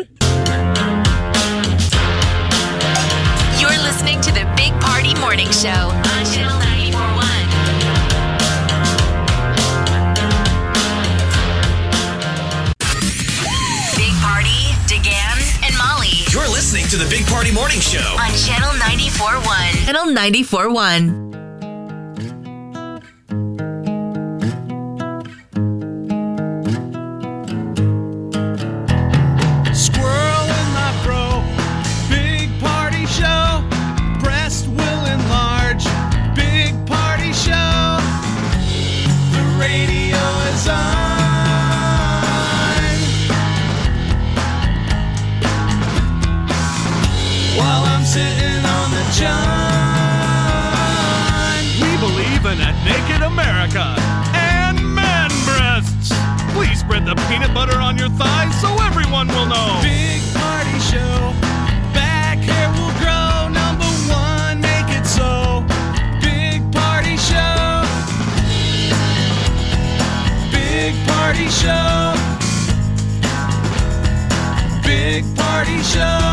You're listening to the Big Party Morning Show on Channel 941. Big Party, DeGan, and Molly
You're listening to the Big Party Morning Show.
on Channel 941.
Channel 941.
Squirrel in my bro. Big party show. Breast will enlarge. Big party show. The radio is on. While I'm sitting on the john. We believe in a naked America and man breasts. Please spread the peanut butter on your thighs so everyone will know. Big party show. Back hair will grow. Number one, make it so. Big party show. Big party show. Big party show.